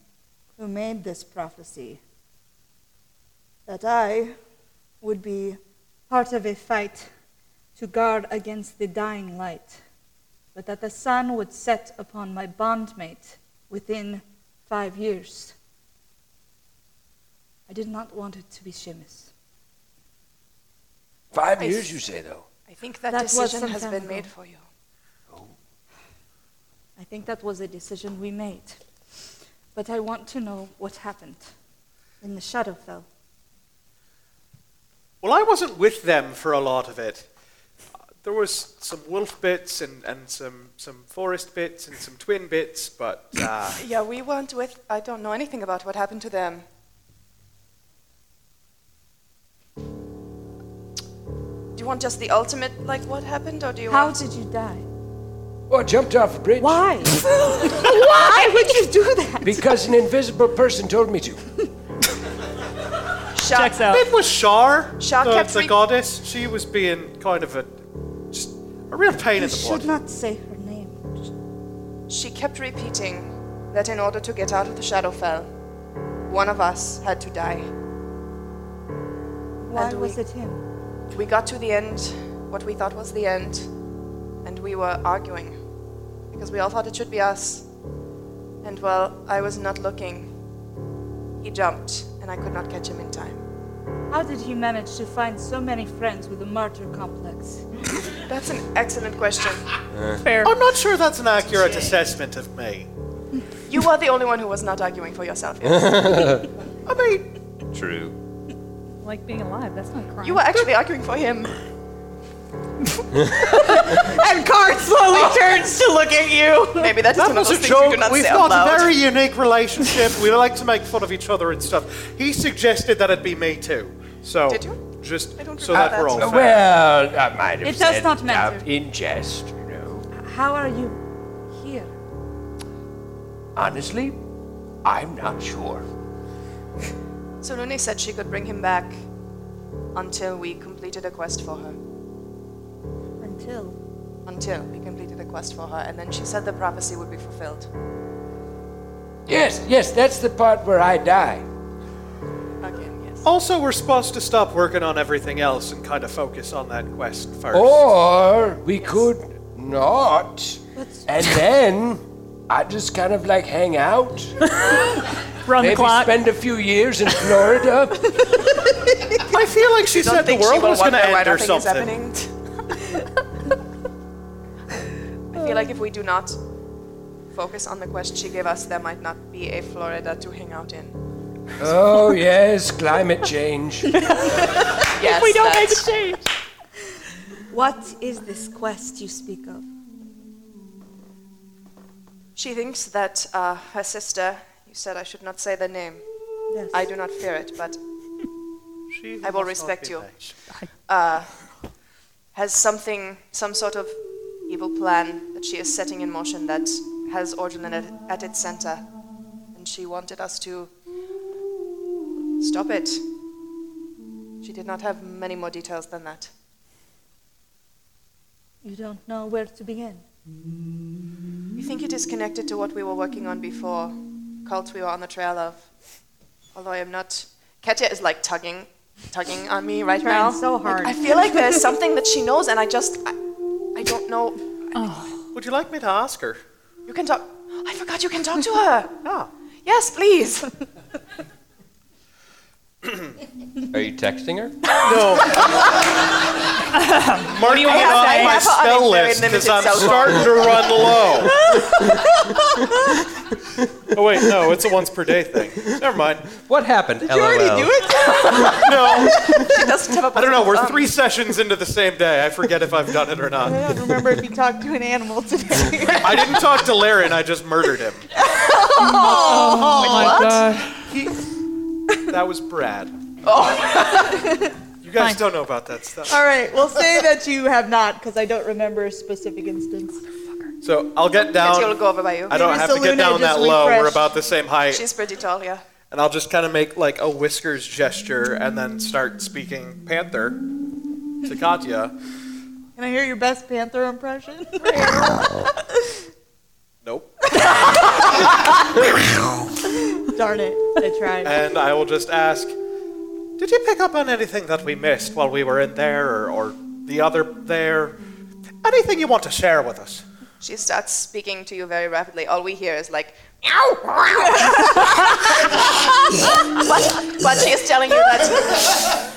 Speaker 10: who made this prophecy that I would be part of a fight to guard against the dying light, but that the sun would set upon my bondmate within five years. I did not want it to be Seamus.
Speaker 4: Five
Speaker 5: I
Speaker 4: years,
Speaker 5: see.
Speaker 4: you say, though.
Speaker 5: I think that,
Speaker 10: That was
Speaker 5: decision
Speaker 10: some
Speaker 5: has
Speaker 10: time
Speaker 5: been
Speaker 10: ago.
Speaker 5: made for you.
Speaker 10: I think that was a decision we made. But I want to know what happened in the Shadowfell.
Speaker 6: Well, I wasn't with them for a lot of it. There was some wolf bits and, and some, some forest bits and some twin bits, but uh,
Speaker 5: Yeah, we weren't with. I don't know anything about what happened to them. Do you want just the ultimate, like what happened, or do you
Speaker 10: How
Speaker 5: want?
Speaker 10: did you die?
Speaker 4: Oh, I jumped off a bridge
Speaker 10: Why? Why would you do that?
Speaker 4: because an invisible person told me to.
Speaker 5: Shot,
Speaker 2: Checks out.
Speaker 6: it was Shar,
Speaker 5: Shar
Speaker 6: the,
Speaker 5: kept
Speaker 6: the
Speaker 5: re-
Speaker 6: goddess. She was being kind of a just a real pain
Speaker 10: You
Speaker 6: in the
Speaker 10: should
Speaker 6: butt.
Speaker 10: not say her name.
Speaker 5: She kept repeating that in order to get out of the Shadowfell, one of us had to die.
Speaker 10: Why
Speaker 5: And
Speaker 10: was
Speaker 5: we-
Speaker 10: it him?
Speaker 5: We got to the end, what we thought was the end, and we were arguing because we all thought it should be us. And well, I was not looking. He jumped, and I could not catch him in time.
Speaker 10: How did he manage to find so many friends with a martyr complex?
Speaker 5: That's an excellent question.
Speaker 2: Fair.
Speaker 6: I'm not sure that's an accurate assessment of me.
Speaker 5: You are the only one who was not arguing for yourself. yes.
Speaker 6: I mean,
Speaker 11: True.
Speaker 7: Like being alive, that's not crime.
Speaker 5: You were actually arguing for him.
Speaker 2: And Card slowly turns to look at you.
Speaker 5: Oh. Maybe that is
Speaker 6: that
Speaker 5: one of
Speaker 6: was
Speaker 5: those
Speaker 6: a
Speaker 5: things you
Speaker 6: joke.
Speaker 5: do not
Speaker 6: We've
Speaker 5: say out
Speaker 6: got a
Speaker 5: loud.
Speaker 6: very unique relationship. we like to make fun of each other and stuff. He suggested that it be me too. So
Speaker 5: Did you?
Speaker 6: just
Speaker 5: I don't
Speaker 6: so
Speaker 5: remember
Speaker 6: that we're
Speaker 5: that.
Speaker 6: all
Speaker 5: Uh,
Speaker 6: fair.
Speaker 4: Well, I might have
Speaker 10: It does
Speaker 4: said
Speaker 10: not
Speaker 4: uh,
Speaker 10: matter.
Speaker 4: in jest, you know.
Speaker 10: How are you here?
Speaker 4: Honestly, I'm not sure.
Speaker 5: So Luni said she could bring him back until we completed a quest for her.
Speaker 10: Until
Speaker 5: Until we completed a quest for her, and then she said the prophecy would be fulfilled.
Speaker 4: Yes, yes, that's the part where I die.
Speaker 5: Again, yes.
Speaker 6: Also, we're supposed to stop working on everything else and kind of focus on that quest first.
Speaker 5: Oh.
Speaker 4: Or we could not, and then I just kind of like hang out,
Speaker 2: Run the
Speaker 4: maybe
Speaker 2: clock.
Speaker 4: spend a few years in Florida.
Speaker 6: I feel like she
Speaker 5: Don't
Speaker 6: said the
Speaker 5: think she
Speaker 6: world
Speaker 5: will
Speaker 6: was going
Speaker 5: wonder
Speaker 6: to
Speaker 5: why
Speaker 6: end or
Speaker 5: nothing is
Speaker 6: something.
Speaker 5: happening. I feel like if we do not focus on the quest she gave us, there might not be a Florida to hang out in.
Speaker 4: oh yes, climate change.
Speaker 5: Yes,
Speaker 2: we don't make
Speaker 5: that's-
Speaker 2: a change.
Speaker 10: what is this quest you speak of?
Speaker 5: She thinks that uh, her sister. You said I should not say the name.
Speaker 10: Yes.
Speaker 5: I do not fear it, but
Speaker 6: She
Speaker 5: I will
Speaker 6: must not
Speaker 5: respect
Speaker 6: be
Speaker 5: you. Uh,
Speaker 6: nice.
Speaker 5: has something, some sort of evil plan that she is setting in motion that has Ordrin at, at its center. And she wanted us to stop it. She did not have many more details than that.
Speaker 10: You don't know where to begin.
Speaker 5: You think it is connected to what we were working on before, cult we were on the trail of? Although I am not. Katya is like tugging, tugging on me right
Speaker 10: Trying
Speaker 5: now.
Speaker 10: so
Speaker 5: Like,
Speaker 10: hard.
Speaker 5: I feel like there's something that she knows, and I just, I, I don't know.
Speaker 6: Would you like me to ask her?
Speaker 5: You can talk. I forgot you can talk to her.
Speaker 6: Ah.
Speaker 5: Yes, please.
Speaker 11: Are you texting her?
Speaker 6: No. Marking it
Speaker 5: have
Speaker 6: on
Speaker 5: to- I
Speaker 6: my
Speaker 5: have on a
Speaker 6: spell
Speaker 5: very
Speaker 6: list because I'm
Speaker 5: limited cell phone.
Speaker 6: starting to run low. oh wait, no, it's a once per day thing. Never mind.
Speaker 11: What happened? Did LOL.
Speaker 2: uh,
Speaker 5: it?
Speaker 6: No,
Speaker 5: She doesn't have a
Speaker 6: I don't know. We're
Speaker 5: um,
Speaker 6: three sessions into the same day. I forget if I've done it or not.
Speaker 5: I don't remember if you talked to an animal today.
Speaker 6: I didn't talk to Laren. I just murdered him.
Speaker 5: Oh, what?
Speaker 6: Oh,
Speaker 5: Oh.
Speaker 6: He, that was Brad. You guys
Speaker 7: Fine.
Speaker 6: don't know about that stuff.
Speaker 10: All right, we'll say that you have not, because I don't remember a specific instance.
Speaker 6: So I'll get down.
Speaker 5: You'll go over by you.
Speaker 6: I don't
Speaker 10: Maybe
Speaker 6: have to get
Speaker 10: Saluna
Speaker 6: down
Speaker 10: just
Speaker 6: that low. We're
Speaker 10: refreshed.
Speaker 6: about the same height.
Speaker 5: She's pretty tall, yeah.
Speaker 6: and I'll just kind of make like a whiskers gesture and then start speaking Panther to Katya.
Speaker 10: Can I hear your best Panther impression?
Speaker 6: Nope.
Speaker 10: Darn it, I tried.
Speaker 6: And I will just ask, did you pick up on anything that we missed while we were in there or, or the other there? Anything you want to share with us?
Speaker 5: She starts speaking to you very rapidly. All we hear is like, but, but she is telling you that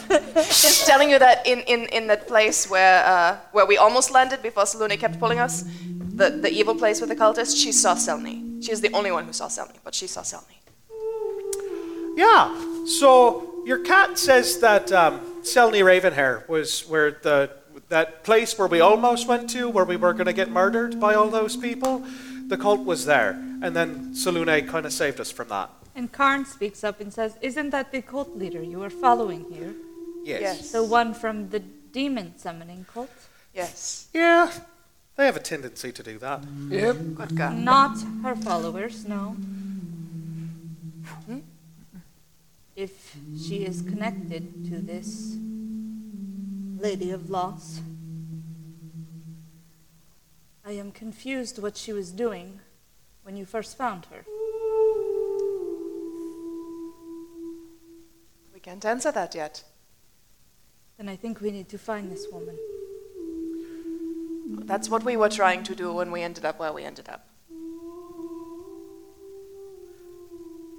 Speaker 5: she's telling you that in, in, in that place where uh, where we almost landed before Saluna kept pulling us, the, the evil place with the cultists, she saw Selmy. She is the only one who saw Selmy, but she saw Selmy.
Speaker 6: Yeah. So your cat says that um, Selny Ravenhair was where the that place where we almost went to, where we were going to get murdered by all those people. The cult was there, and then Salune kind of saved us from that.
Speaker 2: And Karn speaks up and says, Isn't that the cult leader you are following here?
Speaker 6: Yes.
Speaker 5: Yes.
Speaker 2: The one from the demon summoning cult?
Speaker 5: Yes.
Speaker 6: Yeah. They have a tendency to do that.
Speaker 4: Yep.
Speaker 5: Good God.
Speaker 2: Not her followers, no. Hmm? If she is connected to this Lady of Loss, I am confused what she was doing when you first found her.
Speaker 5: We can't answer that yet.
Speaker 2: Then I think we need to find this woman.
Speaker 5: That's what we were trying to do when we ended up where we ended up.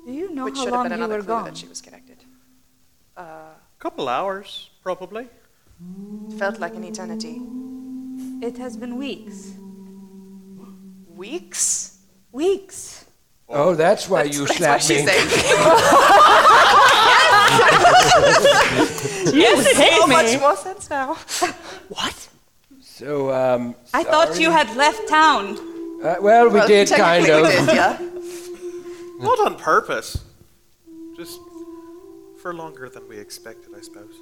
Speaker 2: Do you know
Speaker 5: which
Speaker 2: how
Speaker 5: should have
Speaker 2: long
Speaker 5: been
Speaker 2: you
Speaker 5: another
Speaker 2: were
Speaker 5: clue
Speaker 2: gone?
Speaker 5: that she was connected. Uh,
Speaker 6: couple hours, probably.
Speaker 5: felt like an eternity.
Speaker 2: It has been weeks.
Speaker 5: Weeks?
Speaker 2: Weeks!
Speaker 4: Oh, that's why you
Speaker 5: That's
Speaker 4: slapped
Speaker 5: what
Speaker 4: me.
Speaker 5: she's saying.
Speaker 9: You hate
Speaker 5: so
Speaker 9: me.
Speaker 5: much more sense now.
Speaker 4: So, um,
Speaker 2: I thought you had left town.
Speaker 4: uh, well, we
Speaker 5: Well,
Speaker 4: did kind
Speaker 5: technically
Speaker 4: of.
Speaker 5: we did, yeah.
Speaker 6: Not on purpose. Just for longer than we expected, I suppose.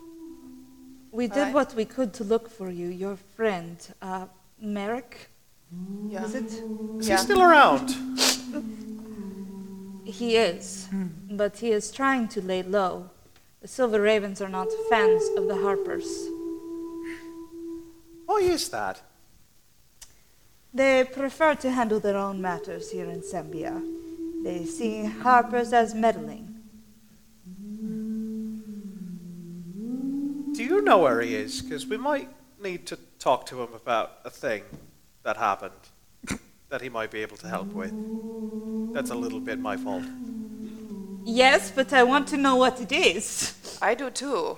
Speaker 2: We did what we could to look for you. Your friend, uh, Merrick,
Speaker 5: Yeah.
Speaker 2: is it?
Speaker 6: Is
Speaker 5: Yeah.
Speaker 6: he still around?
Speaker 2: He is, but he is trying to lay low. The Silver Ravens are not fans of the Harpers.
Speaker 6: Why Oh, is that?
Speaker 10: They prefer to handle their own matters here in Sambia. They see Harpers as meddling.
Speaker 6: Do you know where he is? Because we might need to talk to him about a thing that happened that he might be able to help with. That's a little bit my fault.
Speaker 2: Yes, but I want to know what it is.
Speaker 5: I do too.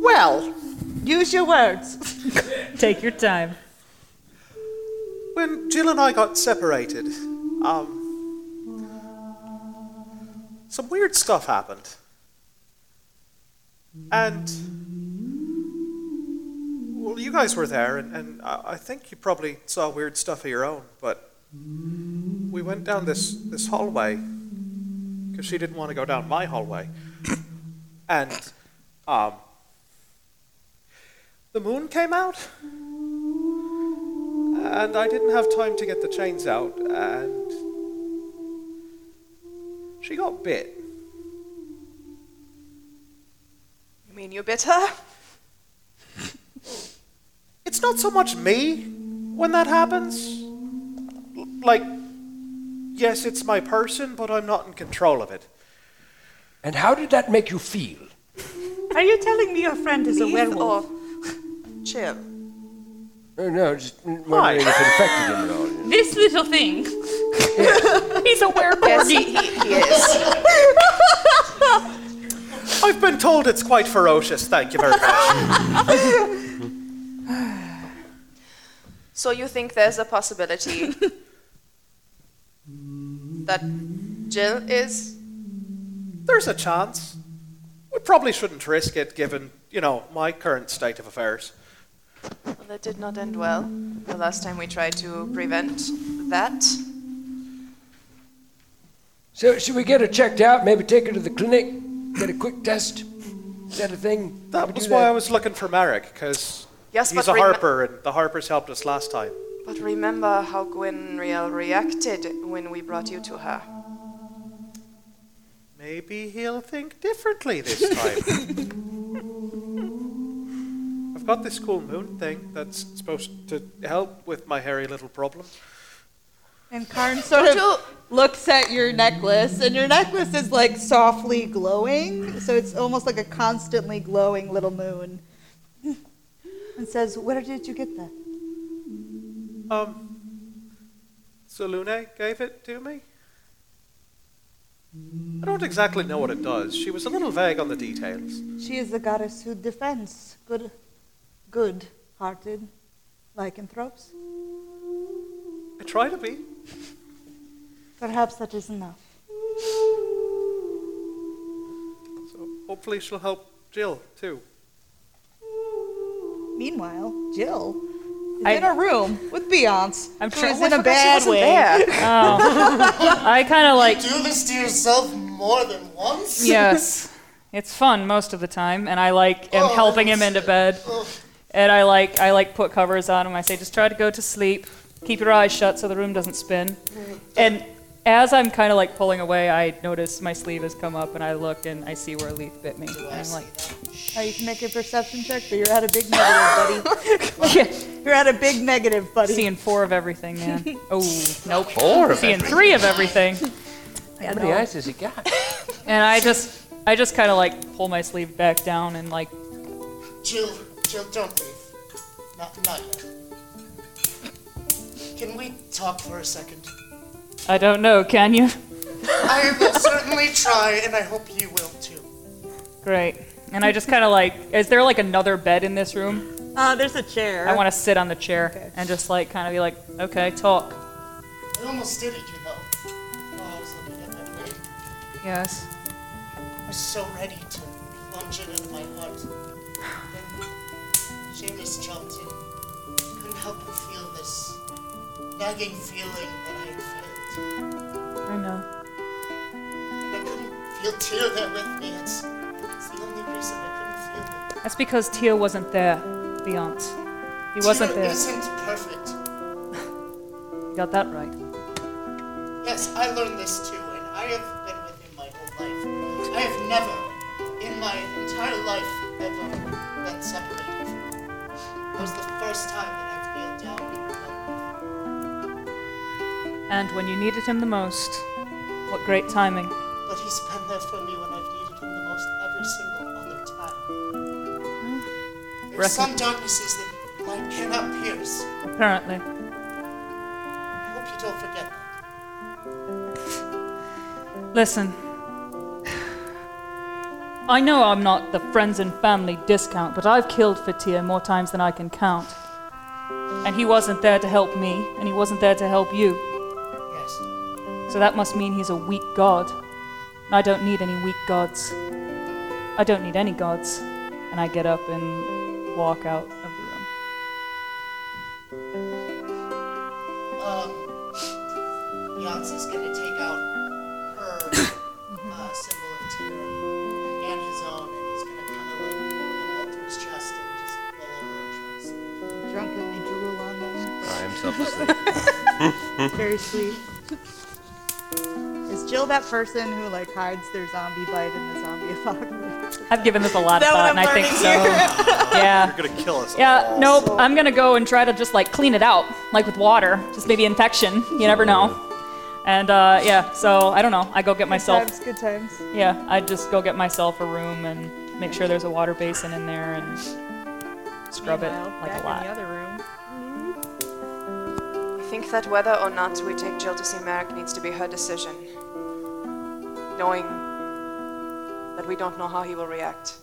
Speaker 10: Well, use your words.
Speaker 9: Take your time.
Speaker 6: When Jill and I got separated, um, some weird stuff happened. And, well, you guys were there, and, and I I think you probably saw weird stuff of your own, but we went down this, this hallway because she didn't want to go down my hallway. and um, the moon came out. And I didn't have time to get the chains out, and she got bit.
Speaker 5: You mean you bit her?
Speaker 6: It's not so much me when that happens. L- Like, yes, it's my person, but I'm not in control of it.
Speaker 4: And how did that make you feel?
Speaker 10: Are you telling me your friend is a
Speaker 5: Teeth
Speaker 10: werewolf?
Speaker 5: Or... Chill.
Speaker 4: Oh, no, just wondering if it affected him at all.
Speaker 2: This little thing.
Speaker 9: He's a
Speaker 5: Yes,
Speaker 9: werewolf.
Speaker 5: he, he, he is.
Speaker 6: I've been told it's quite ferocious, thank you very much.
Speaker 5: So you think there's a possibility that Jill is?
Speaker 6: There's a chance. We probably shouldn't risk it given, you know, my current state of affairs.
Speaker 5: Well, that did not end well. The last time we tried to prevent that.
Speaker 4: So, should we get her checked out? Maybe take her to the clinic? Get a quick test? Is that a thing? Can we
Speaker 6: That was
Speaker 4: do
Speaker 6: why I was looking for Marek, because
Speaker 5: Yes,
Speaker 6: he's a
Speaker 5: but rem-
Speaker 6: harper, and the harpers helped us last time.
Speaker 5: But remember how Gwenriel reacted when we brought you to her.
Speaker 6: Maybe he'll think differently this time. I've got this cool moon thing that's supposed to help with my hairy little problem.
Speaker 10: And Karn sort
Speaker 5: Don't
Speaker 10: of looks at your necklace, and your necklace is like softly glowing, so it's almost like a constantly glowing little moon. And says, Where did you get that?
Speaker 6: Um, Salune gave it to me. I don't exactly know what it does. She was a little vague on the details.
Speaker 10: She is the goddess who defends good, good hearted lycanthropes.
Speaker 6: I try to be.
Speaker 10: Perhaps that is enough.
Speaker 6: So hopefully she'll help Jill too.
Speaker 10: Meanwhile, Jill is
Speaker 7: I-
Speaker 10: in a room with Beyonce,
Speaker 7: I'm
Speaker 10: who
Speaker 7: sure-
Speaker 10: is
Speaker 7: oh, I
Speaker 10: in a
Speaker 5: forgot she
Speaker 10: bad
Speaker 5: wasn't
Speaker 10: way.
Speaker 5: there.
Speaker 7: I kind of like
Speaker 3: Do this to yourself more than once?
Speaker 7: yes. It's fun most of the time, and I like am
Speaker 3: Oh,
Speaker 7: helping him
Speaker 3: that's-
Speaker 7: into bed,
Speaker 10: oh.
Speaker 3: Ugh.
Speaker 7: and I like I like put covers on him. I say just try to go to sleep, keep your eyes shut so the room doesn't spin. And as I'm kind of like pulling away, I notice my sleeve has come up, and I look and I see where a leaf bit me. And I'm like,
Speaker 10: Oh, you can make a perception check, but you're at a big negative, buddy. You're at a big negative, buddy.
Speaker 7: seeing four of everything, man. Oh, nope.
Speaker 8: Four of
Speaker 7: Seeing
Speaker 8: everything.
Speaker 7: three of everything.
Speaker 8: How many eyes has he got?
Speaker 7: And I just I just kind of like pull my sleeve back down and like
Speaker 3: Jill, Jill, don't leave. Not, not yet. Can we talk for a second?
Speaker 7: I don't know, can you?
Speaker 3: I will certainly try, and I hope you will too.
Speaker 7: Great. And I just kind of like is there like another bed in this room?
Speaker 10: Uh, there's a chair.
Speaker 7: I want to sit on the chair and just like kind of be like, "Okay, talk."
Speaker 3: I almost did it, you know. Oh, I was looking at that lady.
Speaker 7: Yes.
Speaker 3: I was so ready to plunge it into my heart. Then Seamus jumped in. Couldn't help but feel this nagging feeling that I had felt.
Speaker 7: I know.
Speaker 3: I couldn't feel Tear there with me. It's, it's the only reason I couldn't feel it.
Speaker 7: That's because Teal wasn't there, the aunt. He wasn't
Speaker 3: Tear
Speaker 7: there.
Speaker 3: isn't perfect.
Speaker 7: You got that right.
Speaker 3: Yes, I learned this too, and I have been with him my whole life. I have never, in my entire life, ever been separated from him. It was the first time that I've kneeled down and felt
Speaker 7: And when you needed him the most, what great timing.
Speaker 3: But he's been there for me when I've needed him the most every single other time. There's
Speaker 7: Rest-
Speaker 3: some darknesses that light cannot pierce.
Speaker 7: Apparently.
Speaker 3: I hope you don't forget that.
Speaker 7: Listen. I know I'm not the friends and family discount, but I've killed Fatir more times than I can count. And he wasn't there to help me, and he wasn't there to help you.
Speaker 3: Yes.
Speaker 7: So that must mean he's a weak god. And I don't need any weak gods. I don't need any gods. And I get up and walk out of the room.
Speaker 3: um, Beyonce's gonna take out her uh, symbol of terror and his own, and he's gonna kind of like hold them up to his chest and just roll over and try to sleep.
Speaker 10: drunkenly drool on them.
Speaker 8: Cry himself to sleep.
Speaker 12: Oh,
Speaker 10: Very sweet. Is Jill that person who like hides their zombie bite in the zombie apocalypse?
Speaker 7: I've given this a lot of
Speaker 10: That what
Speaker 7: thought,
Speaker 10: I'm
Speaker 7: and I think so. yeah.
Speaker 6: You're gonna kill us.
Speaker 7: Yeah, nope. I'm gonna go and try to just like clean it out, like with water. Just maybe infection. You never know. And uh, yeah, so I don't know. I go get myself.
Speaker 10: Times, good times.
Speaker 7: Yeah, I just go get myself a room and make sure there's a water basin in there and scrub it like a lot.
Speaker 9: other room.
Speaker 5: I think that whether or not we take Jill to see Merrick needs to be her decision. Knowing that we don't know how he will react.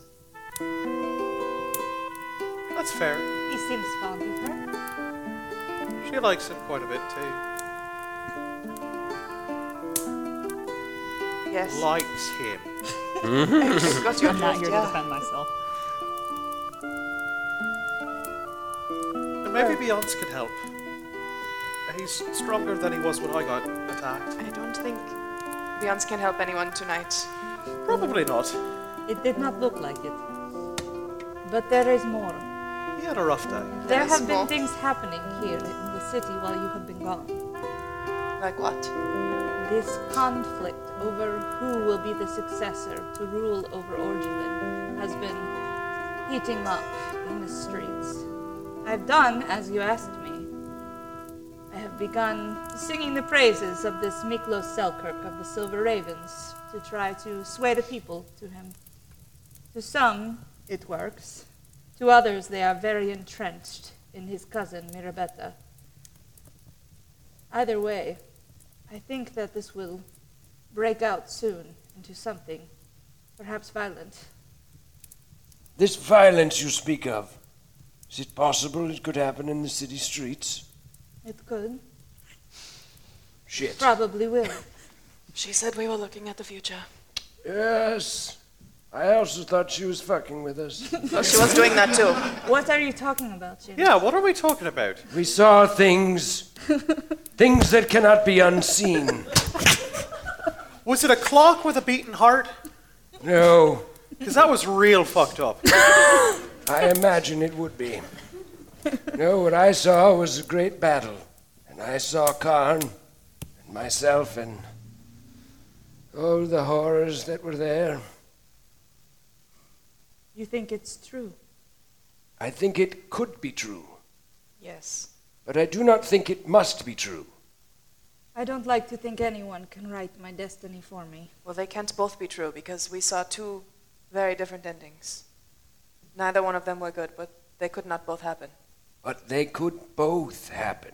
Speaker 6: That's fair.
Speaker 10: He seems fond of her.
Speaker 6: She likes him quite a bit too.
Speaker 5: Yes.
Speaker 6: Likes him.
Speaker 5: You've got your
Speaker 7: I'm not
Speaker 5: drift,
Speaker 7: here to
Speaker 5: yeah.
Speaker 7: defend myself.
Speaker 6: And maybe Beyonce can help. He's stronger than he was when I got attacked.
Speaker 5: I don't think Beyonce can't help anyone tonight.
Speaker 6: Probably not.
Speaker 10: It did not look like it. But there is more.
Speaker 6: He had a rough day.
Speaker 10: There
Speaker 5: is
Speaker 10: have been
Speaker 5: more.
Speaker 10: things happening here in the city while you have been gone.
Speaker 5: Like what?
Speaker 10: This conflict over who will be the successor to rule over Orgulin has been heating up in the streets. I've done as you asked me. I have begun singing the praises of this Miklos Selkirk of the Silver Ravens to try to sway the people to him. To some, it works. To others, they are very entrenched in his cousin, Mirabetta. Either way, I think that this will break out soon into something, perhaps violent.
Speaker 4: This violence you speak of, is it possible it could happen in the city streets?
Speaker 10: It could,
Speaker 4: Shit.
Speaker 10: probably will.
Speaker 5: She said we were looking at the future.
Speaker 4: Yes. I also thought she was fucking with us.
Speaker 5: Oh, she was doing that too.
Speaker 10: What are you talking about, Jim?
Speaker 6: Yeah, what are we talking about?
Speaker 4: we saw things. things that cannot be unseen.
Speaker 6: Was it a clock with a beating heart?
Speaker 4: No,
Speaker 6: Because that was real fucked up.
Speaker 4: I imagine it would be. No, what I saw was a great battle. And I saw Khan and myself and all the horrors that were there.
Speaker 10: You think it's true?
Speaker 4: I think it could be true,
Speaker 5: Yes.
Speaker 4: but I do not think it must be true.
Speaker 10: I don't like to think anyone can write my destiny for me.
Speaker 5: Well, they can't both be true because we saw two very different endings. Neither one of them were good, but they could not both happen.
Speaker 4: But they could both happen.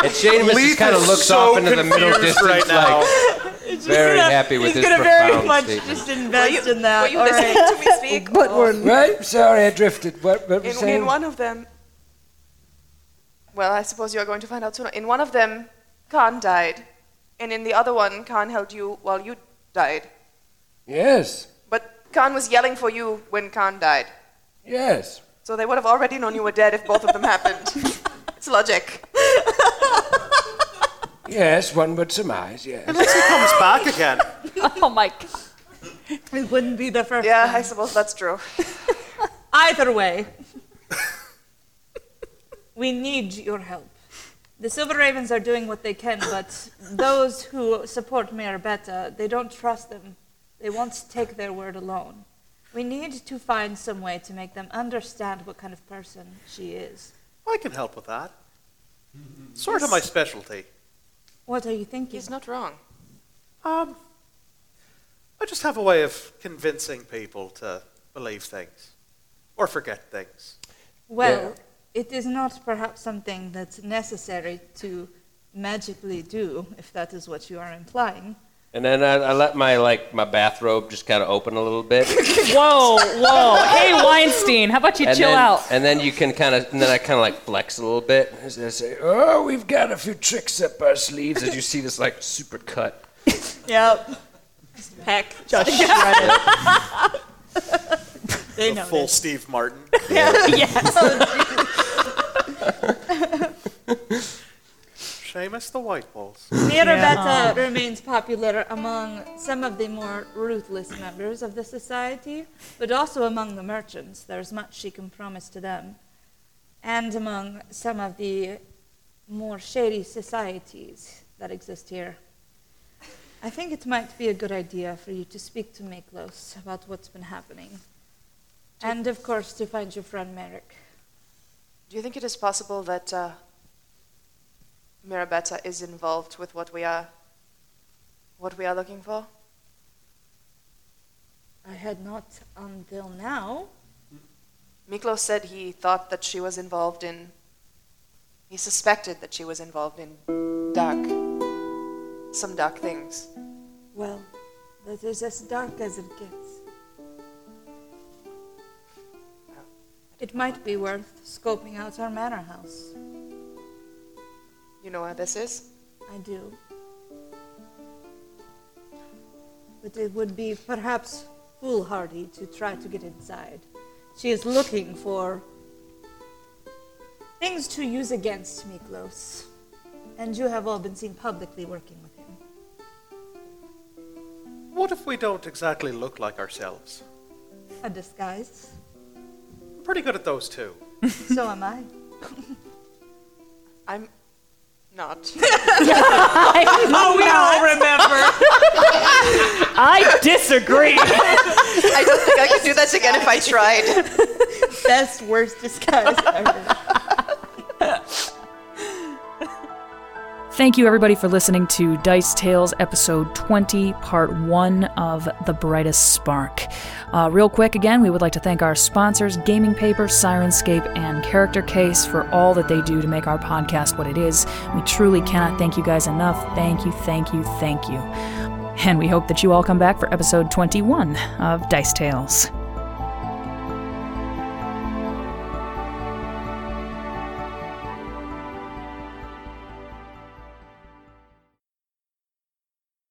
Speaker 12: And Seamus just
Speaker 6: Leaf
Speaker 12: kind of
Speaker 6: is
Speaker 12: looks
Speaker 6: so
Speaker 12: off into the middle
Speaker 6: confused
Speaker 12: distance,
Speaker 6: right now.
Speaker 12: like very happy with
Speaker 2: He's
Speaker 12: his
Speaker 2: gonna very
Speaker 12: profound
Speaker 2: much
Speaker 12: statement.
Speaker 2: just invest in that.
Speaker 5: Were you
Speaker 2: All
Speaker 5: listening
Speaker 2: right.
Speaker 5: to me speak?
Speaker 2: But
Speaker 7: Oh.
Speaker 2: we're
Speaker 4: Right? Sorry, I drifted. What, what were you
Speaker 5: in, in
Speaker 4: saying?
Speaker 5: one of them. Well, I suppose you're going to find out soon. In one of them, Khan died, and in the other one, Khan held you while you died.
Speaker 4: Yes,
Speaker 5: But Khan was yelling for you when Khan died.
Speaker 4: yes.
Speaker 5: So they would have already known you were dead if both of them happened. It's logic.
Speaker 4: Yes, one would surmise, yes.
Speaker 6: Unless he comes back again.
Speaker 7: Oh my god.
Speaker 2: It wouldn't be the first.
Speaker 5: Yeah, I suppose that's true.
Speaker 10: Either way, we need your help. The Silver Ravens are doing what they can, but those who support Mayor Beta, they don't trust them. They won't take their word alone. We need to find some way to make them understand what kind of person she is.
Speaker 6: I can help with that. Sort of my specialty.
Speaker 10: What are you thinking?
Speaker 5: He's not wrong.
Speaker 6: Um, I just have a way of convincing people to believe things or forget things.
Speaker 10: Well, it is not perhaps something that's necessary to magically do, if that is what you are implying.
Speaker 12: And then I, I let my like my bathrobe just kind of open a little bit.
Speaker 7: Whoa, whoa. oh, Hey, Weinstein, how about you
Speaker 12: and
Speaker 7: chill
Speaker 12: then,
Speaker 7: out?
Speaker 12: And then you can kind of, and then I kind of like flex a little bit
Speaker 4: As they say, oh, we've got a few tricks up our sleeves.
Speaker 12: as you see this like super cut.
Speaker 2: Yep.
Speaker 10: Heck,
Speaker 2: Just shred it.
Speaker 6: They the full Steve Martin. Seamus the White Balls.
Speaker 10: Mirabetta remains popular among some of the more ruthless members of the society, but also among the merchants. There is much she can promise to them, and among some of the more shady societies that exist here. I think it might be a good idea for you to speak to Miklos about what's been happening, and of course to find your friend Merrick.
Speaker 5: Do you think it is possible that uh, Mirabetta is involved with what we are, what we are looking for?
Speaker 10: I had not until now.
Speaker 5: Miklos said he thought that she was involved in. He suspected that she was involved in dark, some dark things.
Speaker 10: Well, that is as dark as it gets. It might be worth scoping out our manor house.
Speaker 5: You know where this is?
Speaker 10: I do. But it would be perhaps foolhardy to try to get inside. She is looking for things to use against Miklos. And you have all been seen publicly working with him.
Speaker 6: What if we don't exactly look like ourselves?
Speaker 10: A disguise.
Speaker 6: I'm pretty good at those too.
Speaker 10: so am I.
Speaker 5: I'm not.
Speaker 7: oh, we all remember. I disagree.
Speaker 5: I don't think I could do that again if I tried.
Speaker 10: Best worst disguise ever.
Speaker 1: Thank you, everybody, for listening to Dice Tales episode 20, part one of The Brightest Spark. Uh, real quick, again, we would like to thank our sponsors, Gaming Paper, Sirenscape, and Character Case, for all that they do to make our podcast what it is. We truly cannot thank you guys enough. Thank you, thank you, thank you. And we hope that you all come back for episode 21 of Dice Tales.